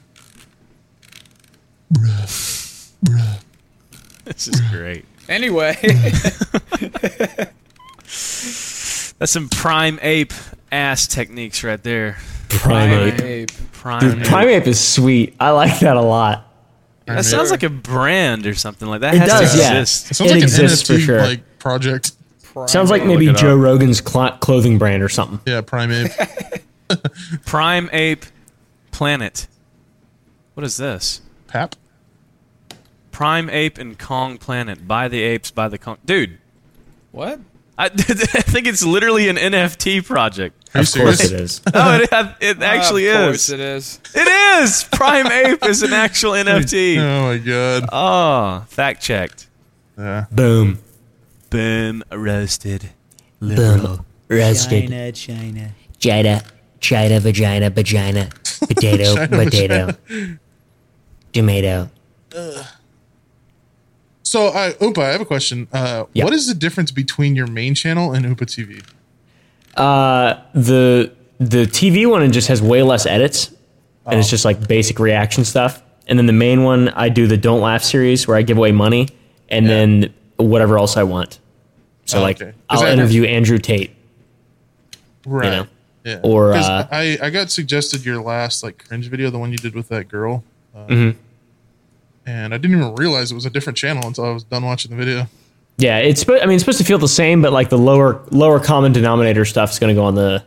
[SPEAKER 8] This is great.
[SPEAKER 6] Anyway,
[SPEAKER 8] That's some prime ape ass techniques right there.
[SPEAKER 7] Primate.
[SPEAKER 6] Ape.
[SPEAKER 8] Prime. ape.
[SPEAKER 7] Primeape is sweet. I like that a lot.
[SPEAKER 8] That sounds like a brand or something like that.
[SPEAKER 7] It
[SPEAKER 8] has
[SPEAKER 7] does,
[SPEAKER 8] to
[SPEAKER 7] yeah.
[SPEAKER 8] exist.
[SPEAKER 5] sounds
[SPEAKER 7] it
[SPEAKER 5] like
[SPEAKER 7] exists for
[SPEAKER 5] an NFT
[SPEAKER 7] sure.
[SPEAKER 5] like project.
[SPEAKER 7] Sounds like
[SPEAKER 8] Look
[SPEAKER 7] maybe
[SPEAKER 8] it up.
[SPEAKER 7] Joe Rogan's cl- clothing brand or something.
[SPEAKER 5] Yeah, primate.
[SPEAKER 8] Prime ape planet. What is this?
[SPEAKER 5] Pap.
[SPEAKER 8] Prime ape and Kong planet. By the apes, by the Kong. Dude,
[SPEAKER 6] What?
[SPEAKER 8] I, I think it's literally an NFT project.
[SPEAKER 5] Are you
[SPEAKER 7] Of course
[SPEAKER 5] serious?
[SPEAKER 7] it is.
[SPEAKER 8] Oh, it, it actually
[SPEAKER 6] of
[SPEAKER 8] is.
[SPEAKER 6] course it is.
[SPEAKER 8] It is. Prime Ape is an actual NFT.
[SPEAKER 5] Oh my god.
[SPEAKER 8] Oh, fact checked.
[SPEAKER 5] Yeah.
[SPEAKER 7] Boom.
[SPEAKER 8] Boom. Roasted.
[SPEAKER 7] Boom. Roasted.
[SPEAKER 6] China.
[SPEAKER 7] China, China, vagina, vagina, potato, potato, tomato.
[SPEAKER 5] So, I Oompa, I have a question. Uh,
[SPEAKER 7] Yeah.
[SPEAKER 5] What is the difference between your main channel and Oompa TV?
[SPEAKER 7] The the TV one it just has way less edits, and it's just like basic reaction stuff. And then the main one, I do the don't laugh series where I give away money, and then whatever else I want. So
[SPEAKER 5] Oh,
[SPEAKER 7] like,
[SPEAKER 5] okay. 'Cause
[SPEAKER 7] I'll
[SPEAKER 5] I-
[SPEAKER 7] interview Andrew Tate.
[SPEAKER 5] Right.
[SPEAKER 7] know?
[SPEAKER 5] Yeah.
[SPEAKER 7] Or,
[SPEAKER 5] 'Cause
[SPEAKER 7] uh,
[SPEAKER 5] I I got suggested your last like cringe video, the one you did with that girl. Uh,
[SPEAKER 7] Mm-hmm.
[SPEAKER 5] And I didn't even realize it was a different channel until I was done watching the video.
[SPEAKER 7] Yeah, it's sp- I mean it's supposed to feel the same, but like the lower lower common denominator stuff is going to go on the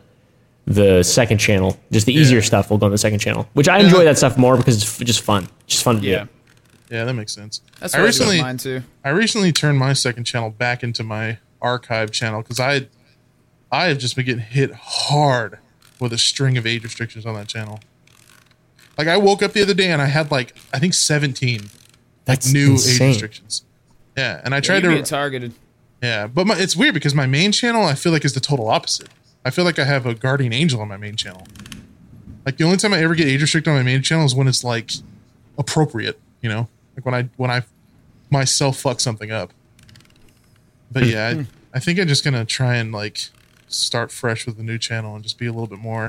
[SPEAKER 7] the second channel. Just the easier stuff will go on the second channel, which I enjoy that stuff more because it's f- just fun, just fun to
[SPEAKER 6] Yeah.
[SPEAKER 7] do.
[SPEAKER 5] Yeah, that makes sense.
[SPEAKER 6] That's
[SPEAKER 5] I
[SPEAKER 6] what I, do with
[SPEAKER 5] recently
[SPEAKER 6] mine too.
[SPEAKER 5] I recently turned my second channel back into my archive channel because I I have just been getting hit hard with a string of age restrictions on that channel. Like I woke up the other day and I had like I think seventeen
[SPEAKER 7] That's
[SPEAKER 5] new
[SPEAKER 7] insane.
[SPEAKER 5] age restrictions. Yeah, and I
[SPEAKER 6] Try
[SPEAKER 5] tried
[SPEAKER 6] to
[SPEAKER 5] to
[SPEAKER 6] get targeted.
[SPEAKER 5] Yeah, but my, it's weird because my main channel I feel like is the total opposite. I feel like I have a guardian angel on my main channel. Like the only time I ever get age restricted on my main channel is when it's like appropriate, you know, like when I when I myself fuck something up. But yeah, I, I think I'm just gonna try and like start fresh with a new channel and just be a little bit more.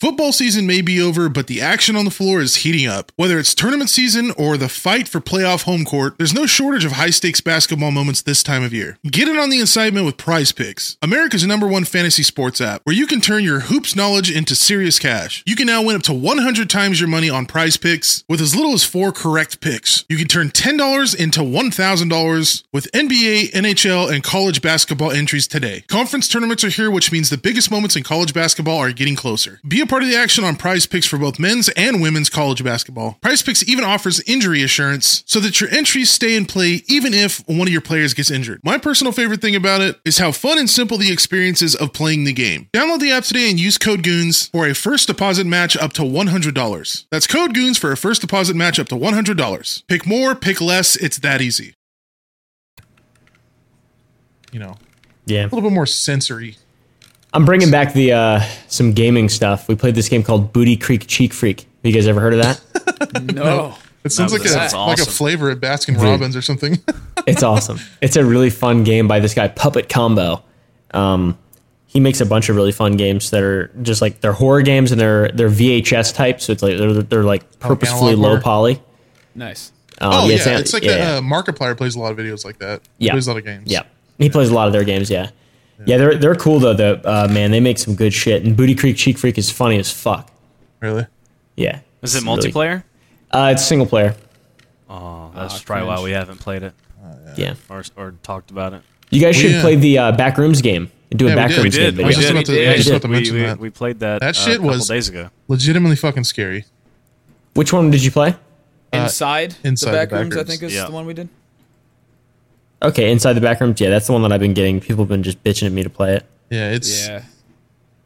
[SPEAKER 5] Football season may be over, but the action on the floor is heating up. Whether it's tournament season or the fight for playoff home court, there's no shortage of high stakes basketball moments this time of year. Get in on the incitement with Prize Picks, America's number one fantasy sports app, where you can turn your hoops knowledge into serious cash. You can now win up to 100 times your money on Prize Picks with as little as four correct picks. You can turn $10 into $1,000 with NBA, NHL, and college basketball entries today. Conference tournaments are here, which means the biggest moments in college basketball are getting closer. Be a part of the action on prize picks for both men's and women's college basketball. Prize picks even offers injury assurance so that your entries stay in play even if one of your players gets injured. My personal favorite thing about it is how fun and simple the experience is of playing the game. Download the app today and use code GOONS for a first deposit match up to $100. That's code GOONS for a first deposit match up to $100. Pick more, pick less, it's that easy. You know, a
[SPEAKER 7] Yeah,
[SPEAKER 5] little bit more sensory.
[SPEAKER 7] I'm bringing back the uh, some gaming stuff. We played this game called Booty Creek Cheek Freak. Have you guys ever heard of that?
[SPEAKER 6] No.
[SPEAKER 5] It sounds
[SPEAKER 8] No,
[SPEAKER 5] like
[SPEAKER 8] that
[SPEAKER 5] a
[SPEAKER 8] sounds
[SPEAKER 5] like a
[SPEAKER 8] awesome.
[SPEAKER 5] flavor at Baskin Robbins or something.
[SPEAKER 7] It's awesome. It's a really fun game by this guy Puppet Combo. Um, he makes a bunch of really fun games that are just like they're horror games and they're they're VHS type, so it's like they're they're like
[SPEAKER 5] Oh,
[SPEAKER 7] purposefully
[SPEAKER 5] analog
[SPEAKER 7] low
[SPEAKER 5] horror.
[SPEAKER 7] poly.
[SPEAKER 6] Nice.
[SPEAKER 7] Um,
[SPEAKER 5] oh yeah, it's,
[SPEAKER 7] an-
[SPEAKER 5] like
[SPEAKER 7] yeah,
[SPEAKER 5] that.
[SPEAKER 7] yeah.
[SPEAKER 5] Uh, Markiplier plays a lot of videos like that. He
[SPEAKER 7] Yeah.
[SPEAKER 5] plays a lot of games.
[SPEAKER 7] Yeah, he plays a lot of their games. Yeah, yeah, they're they're cool though. The uh, man, they make some good shit. And Booty Creek Cheek Freak is funny as fuck.
[SPEAKER 5] really.
[SPEAKER 7] Yeah,
[SPEAKER 8] Is it
[SPEAKER 7] It's really-
[SPEAKER 8] multiplayer? Oh,
[SPEAKER 7] uh, it's single player.
[SPEAKER 5] Ah,
[SPEAKER 8] That's probably why we haven't played it
[SPEAKER 5] Oh,
[SPEAKER 7] Yeah,
[SPEAKER 8] or, or talked about it.
[SPEAKER 7] you guys should
[SPEAKER 5] yeah.
[SPEAKER 7] play the uh, Backrooms game. Do a
[SPEAKER 5] Yeah, we
[SPEAKER 7] Backrooms
[SPEAKER 5] did.
[SPEAKER 8] We
[SPEAKER 5] It's
[SPEAKER 8] did.
[SPEAKER 7] game.
[SPEAKER 8] We
[SPEAKER 5] I was
[SPEAKER 7] video.
[SPEAKER 5] just about
[SPEAKER 8] did.
[SPEAKER 5] to-
[SPEAKER 8] we
[SPEAKER 5] I was
[SPEAKER 8] did.
[SPEAKER 5] just about to
[SPEAKER 8] We-
[SPEAKER 5] mention
[SPEAKER 8] we-
[SPEAKER 5] that.
[SPEAKER 8] we played that.
[SPEAKER 5] That
[SPEAKER 8] uh,
[SPEAKER 5] shit
[SPEAKER 8] a couple
[SPEAKER 5] was-
[SPEAKER 8] days ago.
[SPEAKER 5] Legitimately fucking scary.
[SPEAKER 7] Which one did you play?
[SPEAKER 6] Inside,
[SPEAKER 5] inside
[SPEAKER 6] the
[SPEAKER 5] the
[SPEAKER 6] back
[SPEAKER 5] back
[SPEAKER 6] rooms, I
[SPEAKER 5] rooms.
[SPEAKER 6] think is
[SPEAKER 8] Yeah.
[SPEAKER 6] the one we did.
[SPEAKER 7] Okay, Inside the Backrooms. Yeah, that's the one that I've been getting. People have been just bitching at me to play it.
[SPEAKER 5] Yeah, it's.
[SPEAKER 6] Yeah.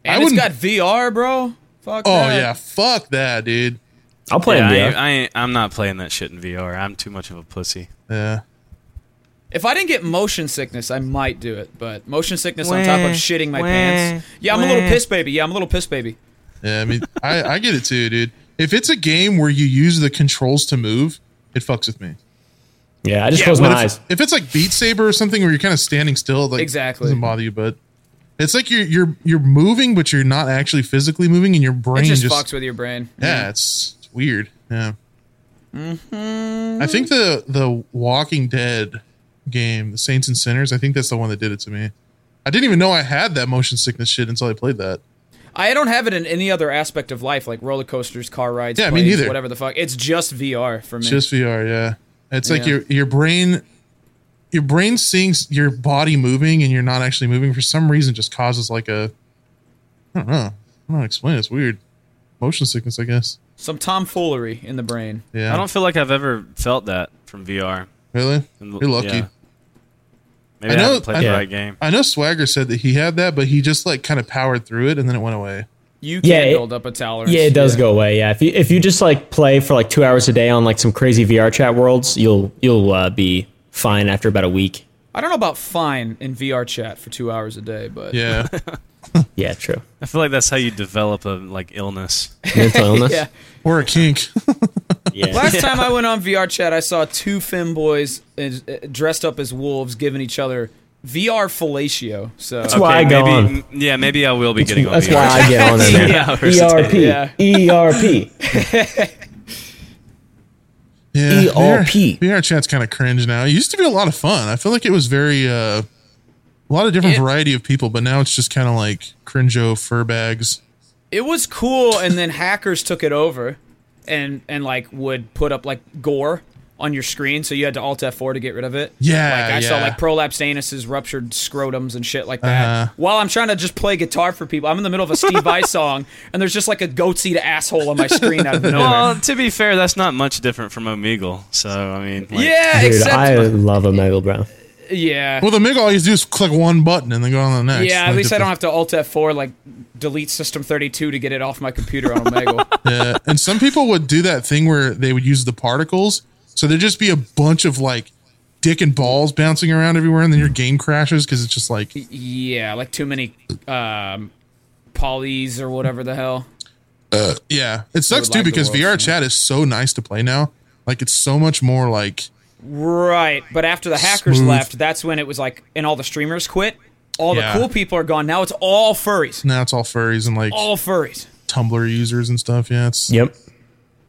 [SPEAKER 5] I
[SPEAKER 6] And it's
[SPEAKER 5] wouldn't-
[SPEAKER 6] got VR, bro. Fuck
[SPEAKER 5] Oh
[SPEAKER 6] that.
[SPEAKER 5] yeah, fuck that, dude.
[SPEAKER 7] I'll play
[SPEAKER 8] yeah,
[SPEAKER 7] in VR.
[SPEAKER 8] I, I, ain't- I'm not playing that shit in VR. I'm too much of a pussy.
[SPEAKER 5] Yeah.
[SPEAKER 6] If I didn't get motion sickness, I might do it. But motion sickness on top of shitting my pants. Yeah, I'm a little piss baby. Yeah, I'm a little piss baby.
[SPEAKER 5] Yeah, I mean, I, I get it too, dude. If it's a game where you use the controls to move, it fucks with me.
[SPEAKER 7] yeah, I just closed
[SPEAKER 5] But if,
[SPEAKER 7] my eyes.
[SPEAKER 5] if it's like Beat Saber or something where you're kind of standing still, like
[SPEAKER 6] Exactly.
[SPEAKER 5] doesn't bother you, but it's like you're you're you're moving, but you're not actually physically moving, and your
[SPEAKER 6] It
[SPEAKER 5] brain
[SPEAKER 6] just,
[SPEAKER 5] just,
[SPEAKER 6] fucks with your brain.
[SPEAKER 5] yeah, it's, it's weird. Yeah,
[SPEAKER 8] Mm-hmm.
[SPEAKER 5] I think the the Walking Dead game, the Saints and Sinners, I think that's the one that did it to me. I didn't even know I had that motion sickness shit until I played that.
[SPEAKER 6] I don't have it in any other aspect of life, like roller coasters, car rides,
[SPEAKER 5] Yeah, me
[SPEAKER 6] planes,
[SPEAKER 5] neither.
[SPEAKER 6] whatever the fuck. It's just VR for me.
[SPEAKER 5] It's just VR, yeah. It's like
[SPEAKER 6] Yeah.
[SPEAKER 5] your your brain your brain seeing your body moving and you're not actually moving for some reason just causes like a I don't know. I don't know how to explain it. It's weird. Motion sickness, I guess.
[SPEAKER 6] Some tomfoolery in the brain.
[SPEAKER 5] Yeah.
[SPEAKER 8] I don't feel like I've ever felt that from VR.
[SPEAKER 5] really?
[SPEAKER 8] And l-
[SPEAKER 5] You're lucky.
[SPEAKER 8] yeah. Maybe
[SPEAKER 5] I
[SPEAKER 8] I,
[SPEAKER 5] know-
[SPEAKER 8] haven't played
[SPEAKER 5] I-
[SPEAKER 8] the
[SPEAKER 5] Yeah.
[SPEAKER 8] right game.
[SPEAKER 5] I know Swagger said that he had that, but he just like kind of powered through it and then it went away.
[SPEAKER 6] You can
[SPEAKER 7] Yeah, it-
[SPEAKER 6] build up a tolerance.
[SPEAKER 7] Yeah, it does go away. Yeah, if you if you just like play for like two hours a day on like some crazy VR chat worlds, you'll you'll uh, be fine after about a week.
[SPEAKER 6] I don't know about fine in VR chat for two hours a day, but
[SPEAKER 5] Yeah.
[SPEAKER 7] Yeah, true.
[SPEAKER 8] I feel like that's how you develop a like illness.
[SPEAKER 7] Mental illness.
[SPEAKER 6] Yeah.
[SPEAKER 5] or a kink.
[SPEAKER 7] yeah.
[SPEAKER 6] Last time I went on VR chat, I saw two femboys is- uh, dressed up as wolves giving each other VR fellatio. So
[SPEAKER 7] That's why I go
[SPEAKER 8] maybe,
[SPEAKER 7] on.
[SPEAKER 8] m- Yeah, maybe I will be getting on
[SPEAKER 7] That's
[SPEAKER 8] VR.
[SPEAKER 7] why I get on in there. E
[SPEAKER 8] Yeah, versus-
[SPEAKER 7] ERP,
[SPEAKER 6] Yeah.
[SPEAKER 7] E ERP.
[SPEAKER 5] Yeah.
[SPEAKER 7] ERP.
[SPEAKER 5] VR, VR chat's kind of cringe now. It used to be a lot of fun. I feel like it was very uh a lot of different
[SPEAKER 6] It-
[SPEAKER 5] variety of people, but now it's just kind of like cringo fur bags.
[SPEAKER 6] it was cool, and then hackers took it over, and and like would put up like gore on your screen, so you had to Alt F4 to get rid of it.
[SPEAKER 5] Yeah,
[SPEAKER 6] like I saw
[SPEAKER 5] yeah.
[SPEAKER 6] like prolapsed anuses, ruptured scrotums, and shit like that.
[SPEAKER 5] Uh-huh.
[SPEAKER 6] While I'm trying to just play guitar for people, I'm in the middle of a Steve Vai song, and there's just like a goatseed asshole on my screen out of nowhere.
[SPEAKER 8] Well, to be fair, that's not much different from Omegle. So I mean, like,
[SPEAKER 6] yeah,
[SPEAKER 7] Dude,
[SPEAKER 6] except
[SPEAKER 7] I uh, love a Megal Brown.
[SPEAKER 6] yeah.
[SPEAKER 5] Well, the MIG, all you do is click one button and then go on to the next.
[SPEAKER 6] Yeah, at
[SPEAKER 5] Like,
[SPEAKER 6] least I don't
[SPEAKER 5] different-
[SPEAKER 6] have to Alt F4 like delete System 32 to get it off my computer on Omegle.
[SPEAKER 5] Yeah. And some people would do that thing where they would use the particles. So there'd just be a bunch of like dick and balls bouncing around everywhere, and then your game crashes because it's just like,
[SPEAKER 6] yeah, like too many um, polys or whatever the hell.
[SPEAKER 5] yeah. It sucks
[SPEAKER 6] would
[SPEAKER 5] too
[SPEAKER 6] like the
[SPEAKER 5] because
[SPEAKER 6] world,
[SPEAKER 5] VR chat is so nice to play now. Like it's so much more like,
[SPEAKER 6] Right, but after the hackers
[SPEAKER 5] Smooth.
[SPEAKER 6] left, that's when it was like, and all the streamers quit. All
[SPEAKER 5] Yeah.
[SPEAKER 6] the cool people are gone. Now it's all furries.
[SPEAKER 5] now it's all furries and like
[SPEAKER 8] Oh.
[SPEAKER 6] All furries.
[SPEAKER 5] Tumblr users and stuff. Yeah. It's
[SPEAKER 7] Yep.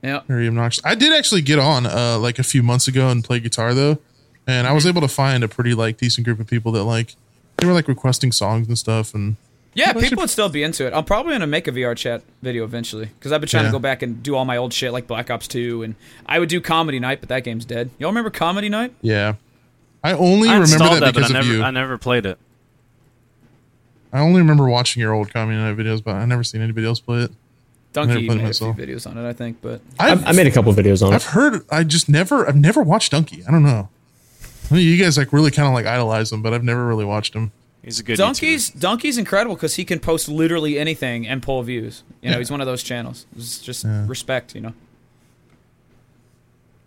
[SPEAKER 6] Yeah.
[SPEAKER 5] very obnoxious. I did actually get on uh, like a few months ago and play guitar though, and
[SPEAKER 8] Mhm.
[SPEAKER 5] I was able to find a pretty like decent group of people that like they were like requesting songs and stuff, and
[SPEAKER 6] Yeah, people would still be into it. I'm probably gonna make a VR chat video eventually because I've been trying
[SPEAKER 5] Yeah.
[SPEAKER 6] to go back and do all my old shit like Black Ops 2, and I would do Comedy Night, but that game's dead. Y'all remember Comedy Night?
[SPEAKER 5] yeah, I only
[SPEAKER 8] I
[SPEAKER 5] remember
[SPEAKER 8] installed
[SPEAKER 5] that,
[SPEAKER 8] that, but I
[SPEAKER 5] because of
[SPEAKER 8] never,
[SPEAKER 5] you.
[SPEAKER 8] I never played it.
[SPEAKER 5] I only remember watching your old Comedy Night videos, but I never seen anybody else play it. never
[SPEAKER 6] Donkey
[SPEAKER 5] played
[SPEAKER 6] made a few
[SPEAKER 5] myself.
[SPEAKER 6] videos on it, I think, but
[SPEAKER 5] I've,
[SPEAKER 7] I, I made a couple videos on
[SPEAKER 5] I've
[SPEAKER 7] it.
[SPEAKER 5] heard, I just never, I've never watched Donkey. I don't know. I know You guys like really kind of like idolize him, but I've never really watched him.
[SPEAKER 8] He's a good
[SPEAKER 6] Donkey's Donkey's incredible because he can post literally anything and pull views. You know, he's one of those channels. It's just respect, you know.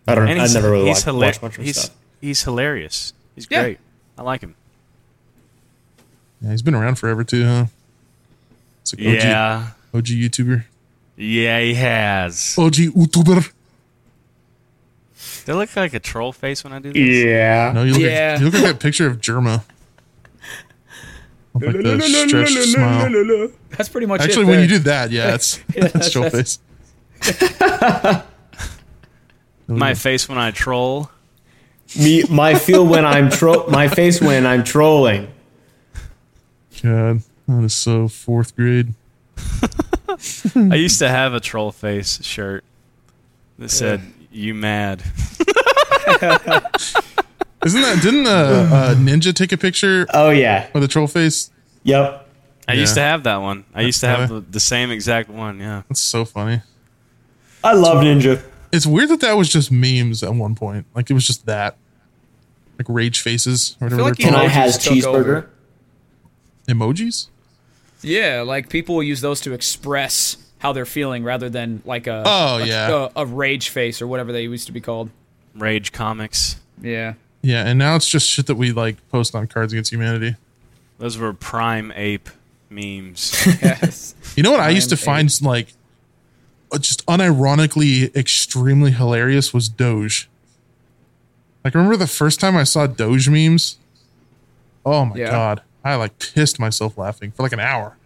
[SPEAKER 7] I
[SPEAKER 8] YouTuber.
[SPEAKER 7] don't.
[SPEAKER 8] And
[SPEAKER 7] I
[SPEAKER 8] he's,
[SPEAKER 7] never really
[SPEAKER 8] he's
[SPEAKER 7] watched,
[SPEAKER 8] hila-
[SPEAKER 7] watched much of his
[SPEAKER 8] he's,
[SPEAKER 7] stuff.
[SPEAKER 8] he's hilarious. He's
[SPEAKER 6] Yeah.
[SPEAKER 8] great. I like him.
[SPEAKER 5] Yeah, he's been around forever too, huh? It's like OG,
[SPEAKER 8] Yeah.
[SPEAKER 5] OG YouTuber,
[SPEAKER 8] Yeah, he has.
[SPEAKER 5] OG YouTuber.
[SPEAKER 8] They look like a troll face when I do this.
[SPEAKER 9] Yeah.
[SPEAKER 5] No, you look,
[SPEAKER 6] Yeah.
[SPEAKER 5] at, you look at that picture of Germa. With, like, the stretched smile.
[SPEAKER 6] That's pretty much
[SPEAKER 5] Actually,
[SPEAKER 6] it.
[SPEAKER 5] when you
[SPEAKER 6] there.
[SPEAKER 5] do that, yeah, it's that's troll face.
[SPEAKER 8] My face when I troll.
[SPEAKER 7] Me, my feel when I'm tro- my face when I'm trolling.
[SPEAKER 5] God, that is so fourth grade.
[SPEAKER 8] I used to have a troll face shirt that said "You mad."
[SPEAKER 5] Isn't that? Didn't uh, uh, Ninja take a picture
[SPEAKER 7] Oh yeah.
[SPEAKER 5] with a troll face?
[SPEAKER 7] Yep.
[SPEAKER 8] I
[SPEAKER 5] Yeah.
[SPEAKER 8] used to have that one. I used to have
[SPEAKER 5] kinda-
[SPEAKER 8] the, the same exact one. Yeah.
[SPEAKER 5] That's so funny.
[SPEAKER 7] I love Ninja.
[SPEAKER 5] It's weird that that was just memes at one point. Like it was just that, like rage faces or whatever.
[SPEAKER 6] feel like
[SPEAKER 5] they're
[SPEAKER 6] you
[SPEAKER 7] Can I
[SPEAKER 5] called.
[SPEAKER 7] have
[SPEAKER 6] Just took
[SPEAKER 7] cheeseburger?
[SPEAKER 6] over.
[SPEAKER 5] Emojis.
[SPEAKER 6] Yeah, like people will use those to express how they're feeling rather than like a
[SPEAKER 5] Oh,
[SPEAKER 6] a,
[SPEAKER 5] yeah.
[SPEAKER 6] a, a rage face or whatever they used to be called.
[SPEAKER 8] Rage Comics.
[SPEAKER 6] Yeah.
[SPEAKER 5] Yeah, and now it's just shit that we like post on Cards Against Humanity.
[SPEAKER 8] Those were prime ape memes.
[SPEAKER 6] Yes.
[SPEAKER 5] You know what I used to
[SPEAKER 6] Time
[SPEAKER 5] find like uh, just unironically extremely hilarious was Doge. Like remember the first time I saw Doge memes? Oh my
[SPEAKER 6] Yeah.
[SPEAKER 5] god. I like pissed myself laughing for like an hour.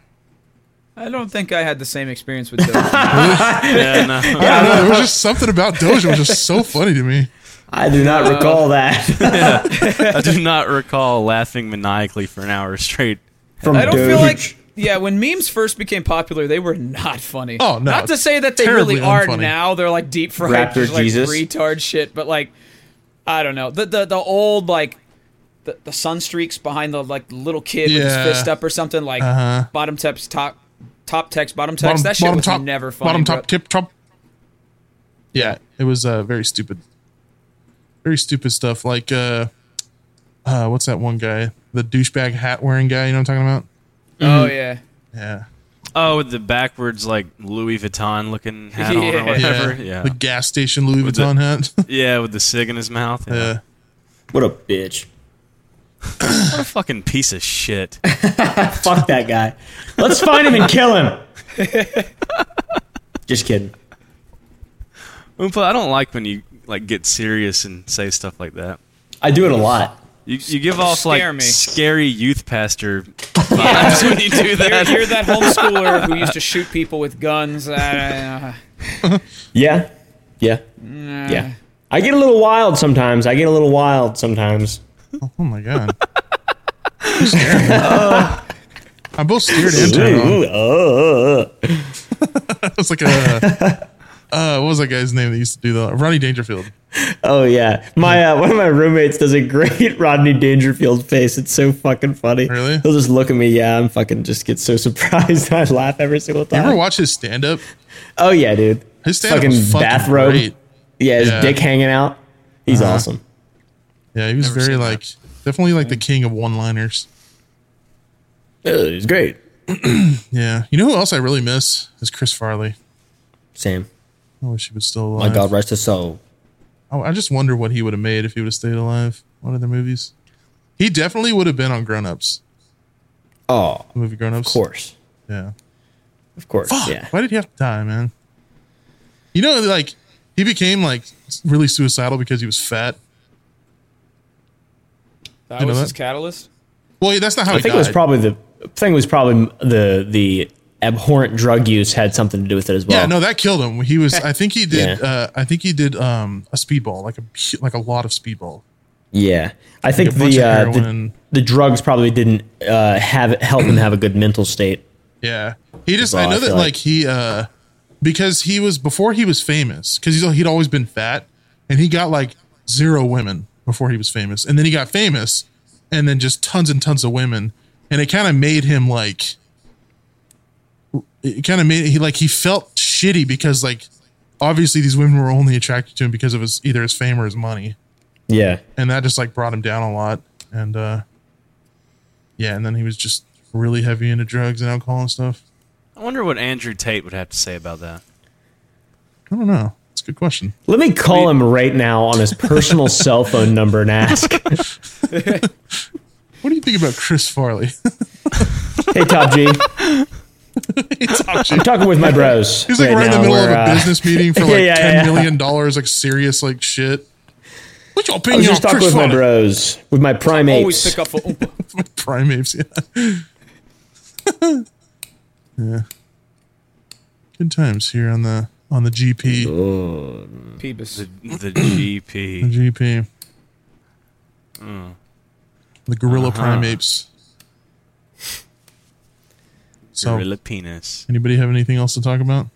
[SPEAKER 6] I don't think I had the same experience with those.
[SPEAKER 8] yeah, no.
[SPEAKER 5] I don't know, there was just something about Doge that was just so funny to me.
[SPEAKER 7] I do not
[SPEAKER 6] Uh,
[SPEAKER 7] recall that
[SPEAKER 8] I do not recall laughing maniacally for an hour straight.
[SPEAKER 7] from
[SPEAKER 6] I don't
[SPEAKER 7] Doge.
[SPEAKER 6] feel like yeah, when memes first became popular, they were not funny.
[SPEAKER 5] Oh, no.
[SPEAKER 6] Not to say that they
[SPEAKER 5] Terribly
[SPEAKER 6] really are
[SPEAKER 5] unfunny.
[SPEAKER 6] now. They're like deep fried,
[SPEAKER 7] Raptor
[SPEAKER 6] just, like
[SPEAKER 7] Jesus.
[SPEAKER 6] retard shit. But like, I don't know the the, the old like the, the sun streaks behind the like little kid with
[SPEAKER 5] Yeah.
[SPEAKER 6] his fist up or something like bottom text top top text bottom text. that shit was never funny.
[SPEAKER 5] bottom top,
[SPEAKER 6] but-
[SPEAKER 5] tip top. Yeah, it was uh, very stupid, very stupid stuff. Like, uh, uh, what's that one guy? The douchebag hat wearing guy. You know what I'm talking about?
[SPEAKER 6] Oh yeah.
[SPEAKER 5] Yeah,
[SPEAKER 8] Oh, with the backwards like Louis Vuitton looking hat on
[SPEAKER 6] Yeah.
[SPEAKER 8] or whatever.
[SPEAKER 5] yeah.
[SPEAKER 8] Yeah.
[SPEAKER 5] The gas station Louis
[SPEAKER 8] Was
[SPEAKER 5] Vuitton hat.
[SPEAKER 8] Yeah, with the cig in his mouth. Yeah.
[SPEAKER 5] yeah.
[SPEAKER 7] what a bitch.
[SPEAKER 8] What a fucking piece of shit.
[SPEAKER 7] Fuck that guy. Let's find him and kill him. Just kidding.
[SPEAKER 8] Oompa, I don't like when you like get serious and say stuff like that.
[SPEAKER 7] I do it a lot.
[SPEAKER 8] You, you give off
[SPEAKER 6] Scare
[SPEAKER 8] like
[SPEAKER 6] me.
[SPEAKER 8] scary youth pastor vibes when you do
[SPEAKER 6] You're,
[SPEAKER 8] that.
[SPEAKER 6] you're that homeschooler who used to shoot people with guns. Uh,
[SPEAKER 7] Yeah. Yeah. Yeah. I get a little wild sometimes. I get a little wild sometimes.
[SPEAKER 5] Oh my god. You're scaring me. I'm both scared and
[SPEAKER 6] Hmm.
[SPEAKER 7] Ooh,
[SPEAKER 5] turned on.
[SPEAKER 7] ooh, oh, oh, oh.
[SPEAKER 5] It's like a. Uh, what was that guy's name that used to do the Ronnie Dangerfield?
[SPEAKER 7] Oh, yeah. My uh, one of my roommates does a great Rodney Dangerfield face. It's so fucking funny.
[SPEAKER 5] Really?
[SPEAKER 7] He'll just look at me. Yeah, I'm fucking just get so surprised. I laugh every single
[SPEAKER 5] You
[SPEAKER 7] time.
[SPEAKER 6] Uh,
[SPEAKER 5] ever watch his stand up?
[SPEAKER 7] oh yeah, dude.
[SPEAKER 5] His stand up was fucking great.
[SPEAKER 7] Yeah, his
[SPEAKER 5] Yeah. Uh-huh.
[SPEAKER 7] dick hanging out. He's awesome.
[SPEAKER 5] Yeah, he was very like definitely like the king of one liners.
[SPEAKER 7] Oh, he's great.
[SPEAKER 5] Yeah. You know who else I really miss is Chris Farley.
[SPEAKER 7] Sam.
[SPEAKER 5] I wish he was still
[SPEAKER 7] My
[SPEAKER 5] alive.
[SPEAKER 7] God, rest his soul.
[SPEAKER 5] I, I just wonder what he would have made if he would have stayed alive. What other movies? He definitely would have been on Grown Ups.
[SPEAKER 7] Oh, of
[SPEAKER 5] The movie Grown Ups.
[SPEAKER 7] course.
[SPEAKER 5] Yeah.
[SPEAKER 7] Of course.
[SPEAKER 5] Fuck.
[SPEAKER 7] Yeah.
[SPEAKER 5] Why did he have to die, man? You know, like he became like really suicidal because he was fat.
[SPEAKER 6] that
[SPEAKER 5] You know
[SPEAKER 6] was
[SPEAKER 5] that?
[SPEAKER 6] his catalyst.
[SPEAKER 5] Well, that's not how
[SPEAKER 7] I
[SPEAKER 5] he
[SPEAKER 7] think
[SPEAKER 5] died.
[SPEAKER 7] it was probably the thing was probably the the abhorrent drug use had something to do with it as well.
[SPEAKER 5] yeah, no, that killed him. He was. I think he did.
[SPEAKER 7] Yeah.
[SPEAKER 5] Uh, I think he did um, a speedball, like a like a lot of speedball.
[SPEAKER 7] Yeah. I think
[SPEAKER 5] a bunch
[SPEAKER 7] the,
[SPEAKER 5] of
[SPEAKER 7] uh,
[SPEAKER 5] heroin
[SPEAKER 7] the
[SPEAKER 5] and-
[SPEAKER 7] the drugs probably didn't uh, have help him have a good mental state.
[SPEAKER 5] Yeah, he just.
[SPEAKER 7] Well,
[SPEAKER 5] I
[SPEAKER 7] I
[SPEAKER 5] know that
[SPEAKER 7] feel
[SPEAKER 5] like,
[SPEAKER 7] like-
[SPEAKER 5] he uh because he was before he was famous because he's he'd always been fat and he got like zero women before he was famous and then he got famous and then just tons and tons of women and it kind of made him like it kind of made he like he felt shitty because like obviously these women were only attracted to him because of his either his fame or his money
[SPEAKER 7] Yeah.
[SPEAKER 5] and that just like brought him down a lot and uh yeah and then he was just really heavy into drugs and alcohol and stuff
[SPEAKER 8] I wonder what Andrew Tate would have to say about that.
[SPEAKER 5] I don't know. It's a good question.
[SPEAKER 7] Let me call him right now on his personal cell phone number and ask.
[SPEAKER 5] What do you think about Chris Farley?
[SPEAKER 7] Hey Top G. I'm talking with my bros.
[SPEAKER 5] He's like right, in the
[SPEAKER 7] now.
[SPEAKER 5] middle
[SPEAKER 7] We're,
[SPEAKER 5] of a
[SPEAKER 7] uh,
[SPEAKER 5] business meeting for
[SPEAKER 7] yeah,
[SPEAKER 5] like ten million
[SPEAKER 7] yeah, yeah.
[SPEAKER 5] dollars, like serious like shit. What's your
[SPEAKER 7] I was
[SPEAKER 5] opinion on
[SPEAKER 7] just talking
[SPEAKER 5] Chris
[SPEAKER 7] with my
[SPEAKER 5] Farley?
[SPEAKER 7] bros, with my
[SPEAKER 6] Always
[SPEAKER 7] primates.
[SPEAKER 6] pick up for Oompa.
[SPEAKER 5] Primates, yeah. yeah. Good times here on the on the GP.
[SPEAKER 6] Peebus.
[SPEAKER 8] The GP.
[SPEAKER 5] GP. The gorilla primates. So
[SPEAKER 8] Gorilla penis.
[SPEAKER 5] anybody have anything else to talk about?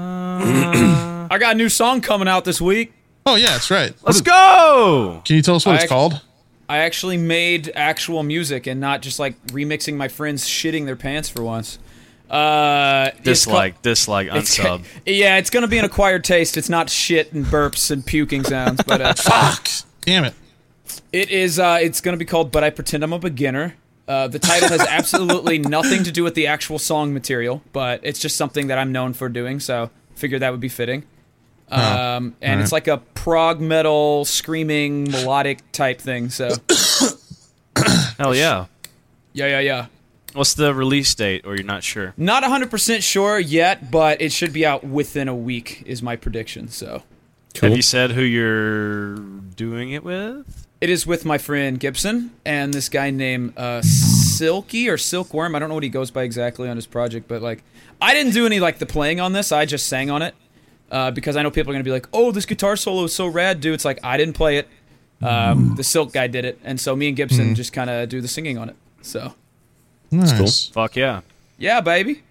[SPEAKER 6] I got a new song coming out this week.
[SPEAKER 5] Oh yeah, that's right.
[SPEAKER 8] Let's go!
[SPEAKER 5] Can you tell us what
[SPEAKER 6] I
[SPEAKER 5] it's
[SPEAKER 6] act-
[SPEAKER 5] called?
[SPEAKER 6] I actually made actual music and not just like remixing my friends shitting their pants for once. Uh, it's called-
[SPEAKER 8] Dislike, dislike,
[SPEAKER 6] it's-
[SPEAKER 8] unsub.
[SPEAKER 6] yeah, it's gonna be an acquired taste. It's not shit and burps and puking sounds, but uh,
[SPEAKER 5] Fuck. Damn it.
[SPEAKER 6] it is. Uh, it's gonna be called "But I Pretend I'm a Beginner." Uh, the title has absolutely nothing to do with the actual song material, but it's just something that I'm known for doing, so figured that would be fitting. Um, and it's like a prog metal, screaming, melodic type thing. So
[SPEAKER 8] Hell yeah.
[SPEAKER 6] yeah, yeah, yeah.
[SPEAKER 8] What's the release date, or you're not sure?
[SPEAKER 6] Not 100% sure yet, but it should be out within a week is my prediction. So
[SPEAKER 8] Have you said who you're doing it with?
[SPEAKER 6] it is with my friend Gibson and this guy named uh, Silky or Silkworm. I don't know what he goes by exactly on his project, but like I didn't do any like the playing on this. I just sang on it uh, because I know people are gonna be like, "Oh, this guitar solo is so rad, dude!" It's like I didn't play it. Um, the Silk guy did it, and so me and Gibson just kind of do the singing on it. So
[SPEAKER 5] Nice.
[SPEAKER 8] Fuck yeah.
[SPEAKER 6] yeah, baby.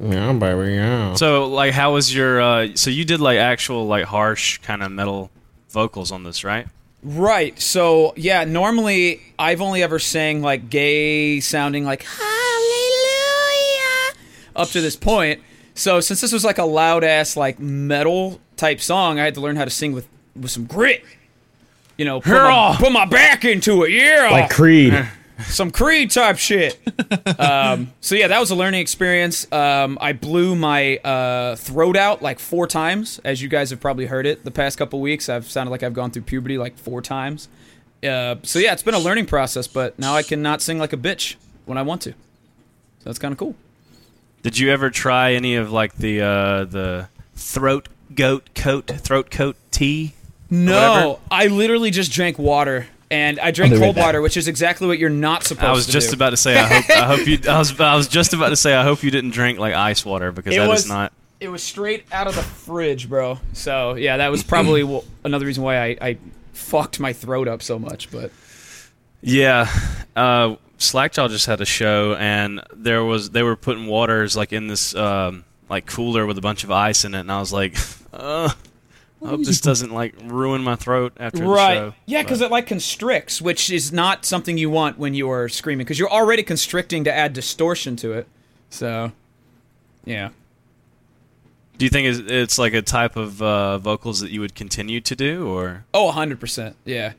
[SPEAKER 7] Yeah, baby, yeah.
[SPEAKER 8] So like, how was your? Uh, so you did like actual like harsh kind of metal vocals on this, right?
[SPEAKER 6] Right. So yeah, normally I've only ever sang like gay sounding like hallelujah up to this point. So since this was like a loud ass like metal type song, I had to learn how to sing with with some grit. You know, put, my, put my back into it. Yeah
[SPEAKER 7] Like
[SPEAKER 8] Eh,
[SPEAKER 7] Creed.
[SPEAKER 6] some Creed type shit. um, so yeah, that was a learning experience. Um, I blew my uh, throat out like four times, as you guys have probably heard it the past couple weeks. I've sounded like I've gone through puberty like four times. Uh, so yeah, it's been a learning process, but now I cannot sing like a bitch when I want to. So that's kind of cool.
[SPEAKER 8] Did you ever try any of like the uh, the throat goat coat throat coat tea?
[SPEAKER 6] No, I literally just drank water. And I drank
[SPEAKER 7] I'll be right
[SPEAKER 6] cold
[SPEAKER 7] back.
[SPEAKER 6] water, which is exactly what you're not supposed to
[SPEAKER 8] I was just
[SPEAKER 6] do.
[SPEAKER 8] about to say I hope I hope you I was I was just about to say I hope you didn't drink like ice water because that is not
[SPEAKER 6] It was straight out of the fridge, bro. So yeah, that was probably w- another reason why I, I fucked my throat up so much. But
[SPEAKER 8] Yeah, uh, Slackjaw just had a show, and there was they were putting waters like in this um, like cooler with a bunch of ice in it, and I was like, uh, I hope this doesn't like ruin my throat after the show.
[SPEAKER 6] yeah, because it like constricts, which is not something you want when you are screaming, because you're already constricting to add distortion to it. So yeah,
[SPEAKER 8] Do you think it's, it's like a type of uh, vocals that you would continue to do, or
[SPEAKER 6] Oh, 100%. Yeah.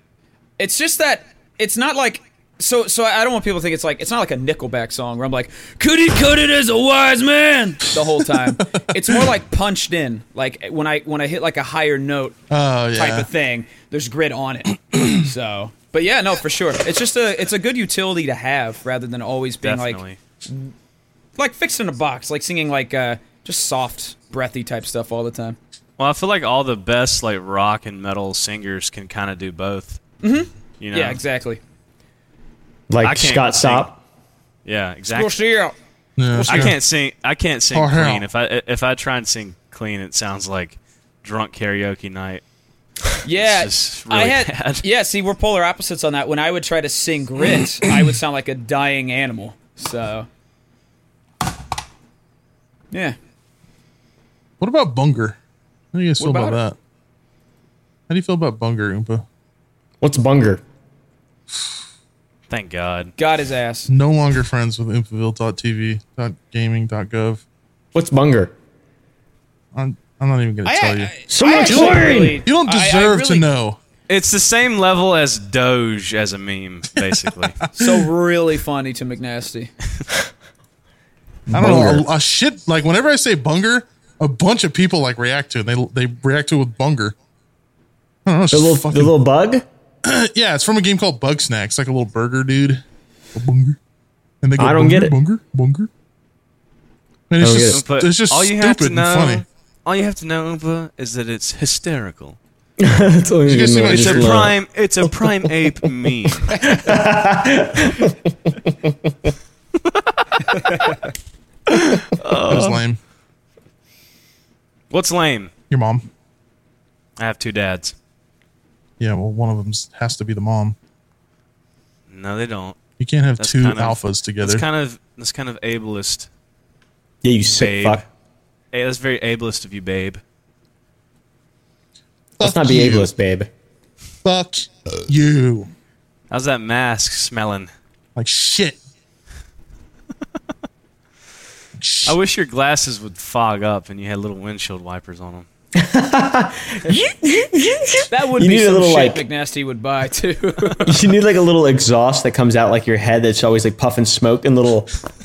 [SPEAKER 6] It's just that it's not like so so I don't want people to think it's like it's not like a Nickelback song where I'm like could he cut it as a wise man the whole time. it's more like punched in. Like when I when I hit like a higher note
[SPEAKER 5] Oh yeah.
[SPEAKER 6] type of thing, there's grit on it. so, but yeah, no, for sure. It's just a it's a good utility to have rather than always being
[SPEAKER 8] definitely?
[SPEAKER 6] like like fixed in a box, like singing like uh just soft, breathy type stuff all the time.
[SPEAKER 8] well, I feel like all the best like rock and metal singers can kind of do both. Mm-hmm. You know?
[SPEAKER 6] Yeah, exactly.
[SPEAKER 8] I
[SPEAKER 7] Like
[SPEAKER 8] can't
[SPEAKER 7] Scott
[SPEAKER 8] sing.
[SPEAKER 7] Stop.
[SPEAKER 8] Yeah, exactly.
[SPEAKER 6] We'll see ya.
[SPEAKER 5] Yeah,
[SPEAKER 8] I
[SPEAKER 5] sure.
[SPEAKER 8] can't sing. I can't sing
[SPEAKER 5] Oh, hell.
[SPEAKER 8] clean. If I if I try and sing clean, it sounds like drunk karaoke night.
[SPEAKER 6] Yeah,
[SPEAKER 8] It's just really
[SPEAKER 6] I had.
[SPEAKER 8] bad.
[SPEAKER 6] Yeah, see, we're polar opposites on that. When I would try to sing grit, I would sound like a dying animal. So, yeah,
[SPEAKER 5] What about Bunger? How do you guys feel
[SPEAKER 6] What
[SPEAKER 5] about,
[SPEAKER 6] about
[SPEAKER 5] that? How do you feel about Bunger, Oompa?
[SPEAKER 7] What's Bunger?
[SPEAKER 8] Thank God.
[SPEAKER 6] got his ass.
[SPEAKER 5] No longer friends with Gaming.gov.
[SPEAKER 7] What's Bunger?
[SPEAKER 5] I'm, I'm not even going to
[SPEAKER 6] I,
[SPEAKER 5] tell
[SPEAKER 6] I,
[SPEAKER 5] you.
[SPEAKER 7] Someone
[SPEAKER 6] I actually
[SPEAKER 7] join!
[SPEAKER 6] really-
[SPEAKER 5] you don't
[SPEAKER 6] I- I
[SPEAKER 5] deserve
[SPEAKER 6] really-
[SPEAKER 5] to know.
[SPEAKER 8] It's the same level as Doge as a meme, basically.
[SPEAKER 6] So really funny to McNasty.
[SPEAKER 5] I don't
[SPEAKER 7] Bunger.
[SPEAKER 5] know. A, a shit, like, whenever I say Bunger, a bunch of people, like, react to it. They, they react to it with Bunger. I don't know. It's
[SPEAKER 7] The
[SPEAKER 5] just
[SPEAKER 7] little,
[SPEAKER 5] fucking,
[SPEAKER 7] the little bug?
[SPEAKER 5] yeah, it's from a game called Bug Snacks, like a little burger dude. A Bunger. And they go,
[SPEAKER 7] I don't get
[SPEAKER 5] "Bunger,
[SPEAKER 7] it.
[SPEAKER 5] Bunger, Bunger. And it's
[SPEAKER 7] don't
[SPEAKER 5] just,
[SPEAKER 8] But
[SPEAKER 5] it's just
[SPEAKER 8] all you have to
[SPEAKER 5] stupid and
[SPEAKER 8] know,
[SPEAKER 5] funny.
[SPEAKER 8] all you have to know, Oompa, is that it's hysterical.
[SPEAKER 7] That's all you
[SPEAKER 5] guys see
[SPEAKER 7] need to know.
[SPEAKER 5] my-
[SPEAKER 7] Just
[SPEAKER 8] It's a
[SPEAKER 7] little-
[SPEAKER 8] prime. It's a prime ape meme.
[SPEAKER 5] That
[SPEAKER 8] Uh-huh.
[SPEAKER 5] was lame.
[SPEAKER 8] What's lame?
[SPEAKER 5] Your mom.
[SPEAKER 8] I have two dads.
[SPEAKER 5] Yeah, well, one of them has to be the mom.
[SPEAKER 8] No, they don't.
[SPEAKER 5] You can't have
[SPEAKER 8] That's
[SPEAKER 5] two
[SPEAKER 8] kind of-
[SPEAKER 5] alphas together.
[SPEAKER 8] That's kind of that's kind of ableist.
[SPEAKER 7] Yeah, you sick
[SPEAKER 8] Babe.
[SPEAKER 7] fuck.
[SPEAKER 8] Hey, that's very ableist of you, babe.
[SPEAKER 7] Let's not be ableist, babe.
[SPEAKER 5] Fuck you.
[SPEAKER 8] How's that mask smelling?
[SPEAKER 5] Like shit.
[SPEAKER 8] I wish your glasses would fog up and you had little windshield wipers on them.
[SPEAKER 6] That would
[SPEAKER 7] You
[SPEAKER 6] be
[SPEAKER 7] need a
[SPEAKER 6] some
[SPEAKER 7] little,
[SPEAKER 6] shit
[SPEAKER 7] like-
[SPEAKER 6] McNasty would buy too.
[SPEAKER 7] You need like a little exhaust that comes out like your head that's always like puffing smoke and little.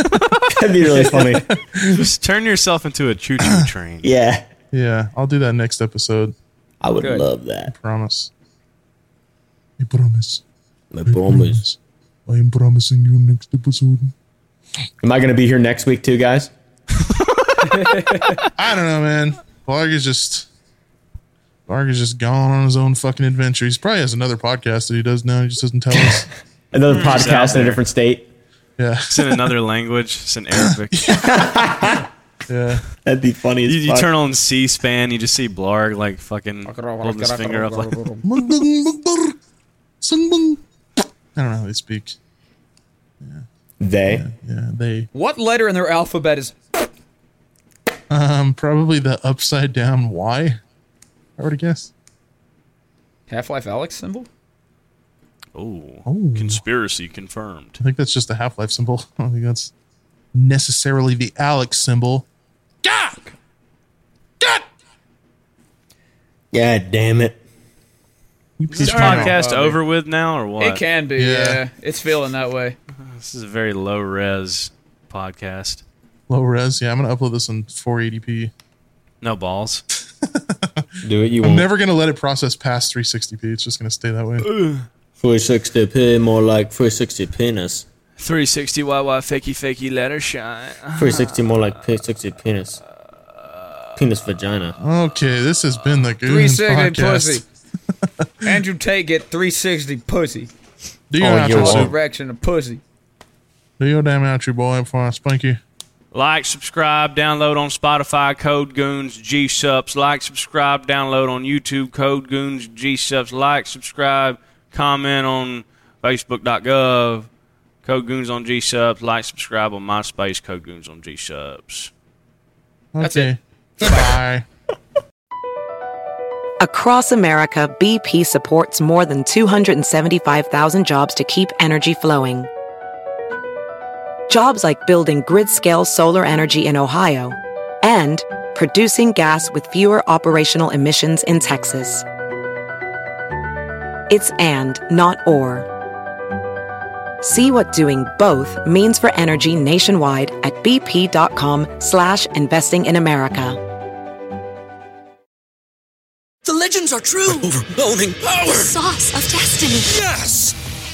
[SPEAKER 7] That'd be really funny.
[SPEAKER 8] Just turn yourself into a choo-choo train.
[SPEAKER 7] Yeah,
[SPEAKER 5] Yeah, I'll do that next episode.
[SPEAKER 7] I would
[SPEAKER 6] Good.
[SPEAKER 7] love that.
[SPEAKER 5] Promise. I promise.
[SPEAKER 7] My bombers.
[SPEAKER 5] I am promising you next episode.
[SPEAKER 7] Am I going to be here next week too, guys?
[SPEAKER 5] I don't know, man. Blarg is just Blarg is just gone on his own fucking adventure. He's probably has another podcast that he does now. He just doesn't tell us.
[SPEAKER 7] Another
[SPEAKER 8] out
[SPEAKER 7] podcast in a
[SPEAKER 8] there.
[SPEAKER 7] different state.
[SPEAKER 5] Yeah,
[SPEAKER 8] It's in another language. It's in Arabic.
[SPEAKER 5] yeah.
[SPEAKER 7] That'd be funny as
[SPEAKER 8] You, you
[SPEAKER 7] fuck.
[SPEAKER 8] turn on C-SPAN, you just see Blarg like fucking holding his finger up. Like,
[SPEAKER 5] Mugbang, mugbar, sungbang. I don't know how they speak.
[SPEAKER 7] they.
[SPEAKER 5] Yeah, they
[SPEAKER 6] what letter in their alphabet is?
[SPEAKER 5] um probably the upside down Y. I would guess.
[SPEAKER 6] Half Life Alex symbol?
[SPEAKER 8] oh,
[SPEAKER 5] Oh.
[SPEAKER 8] conspiracy confirmed.
[SPEAKER 5] I think that's just the Half Life symbol. I don't think that's necessarily the Alex symbol. God, God,
[SPEAKER 7] God damn it.
[SPEAKER 5] you piece
[SPEAKER 8] Is
[SPEAKER 5] of
[SPEAKER 8] this podcast over with now or what?
[SPEAKER 6] It can be,
[SPEAKER 5] Yeah.
[SPEAKER 6] yeah. It's feeling that way.
[SPEAKER 8] This is a very low res podcast.
[SPEAKER 5] low res. Yeah, I'm gonna upload this in 480p.
[SPEAKER 8] No balls.
[SPEAKER 7] Do it. You
[SPEAKER 5] I'm
[SPEAKER 7] want
[SPEAKER 5] never gonna let it process past 360p. It's just gonna stay that way.
[SPEAKER 7] 360 p more like 360 penis.
[SPEAKER 8] 360 YY fakey fakey letter shot.
[SPEAKER 7] 360 more like 360 penis. Penis vagina.
[SPEAKER 5] Okay, this has been the
[SPEAKER 6] Three
[SPEAKER 5] Goons
[SPEAKER 6] sixty
[SPEAKER 5] podcast.
[SPEAKER 6] pussy. Andrew Tate get three sixty pussy.
[SPEAKER 5] Do your
[SPEAKER 7] Oh,
[SPEAKER 5] outro,
[SPEAKER 7] you're
[SPEAKER 6] Whole
[SPEAKER 7] Pussy.
[SPEAKER 5] Soup.
[SPEAKER 6] erection of pussy.
[SPEAKER 5] Do your damn outro, boy, before I spank you.
[SPEAKER 8] Like, subscribe, download on Spotify, Code Goons, G Subs. Like, subscribe, download on YouTube, Code Goons, G Subs. Like, subscribe, comment on Facebook.gov, Code Goons on G Subs. Like, subscribe on MySpace, Code Goons on G Subs.
[SPEAKER 6] That's
[SPEAKER 5] Okay. Bye.
[SPEAKER 1] Across America, BP supports more than 275,000 jobs to keep energy flowing. Jobs like building grid scale solar energy in Ohio and producing gas with fewer operational emissions in Texas. It's and, not or. See what doing both means for energy nationwide at bp.com slash investing in America.
[SPEAKER 4] The legends are true.
[SPEAKER 10] Overwhelming power!
[SPEAKER 11] Sauce of destiny.
[SPEAKER 4] Yes!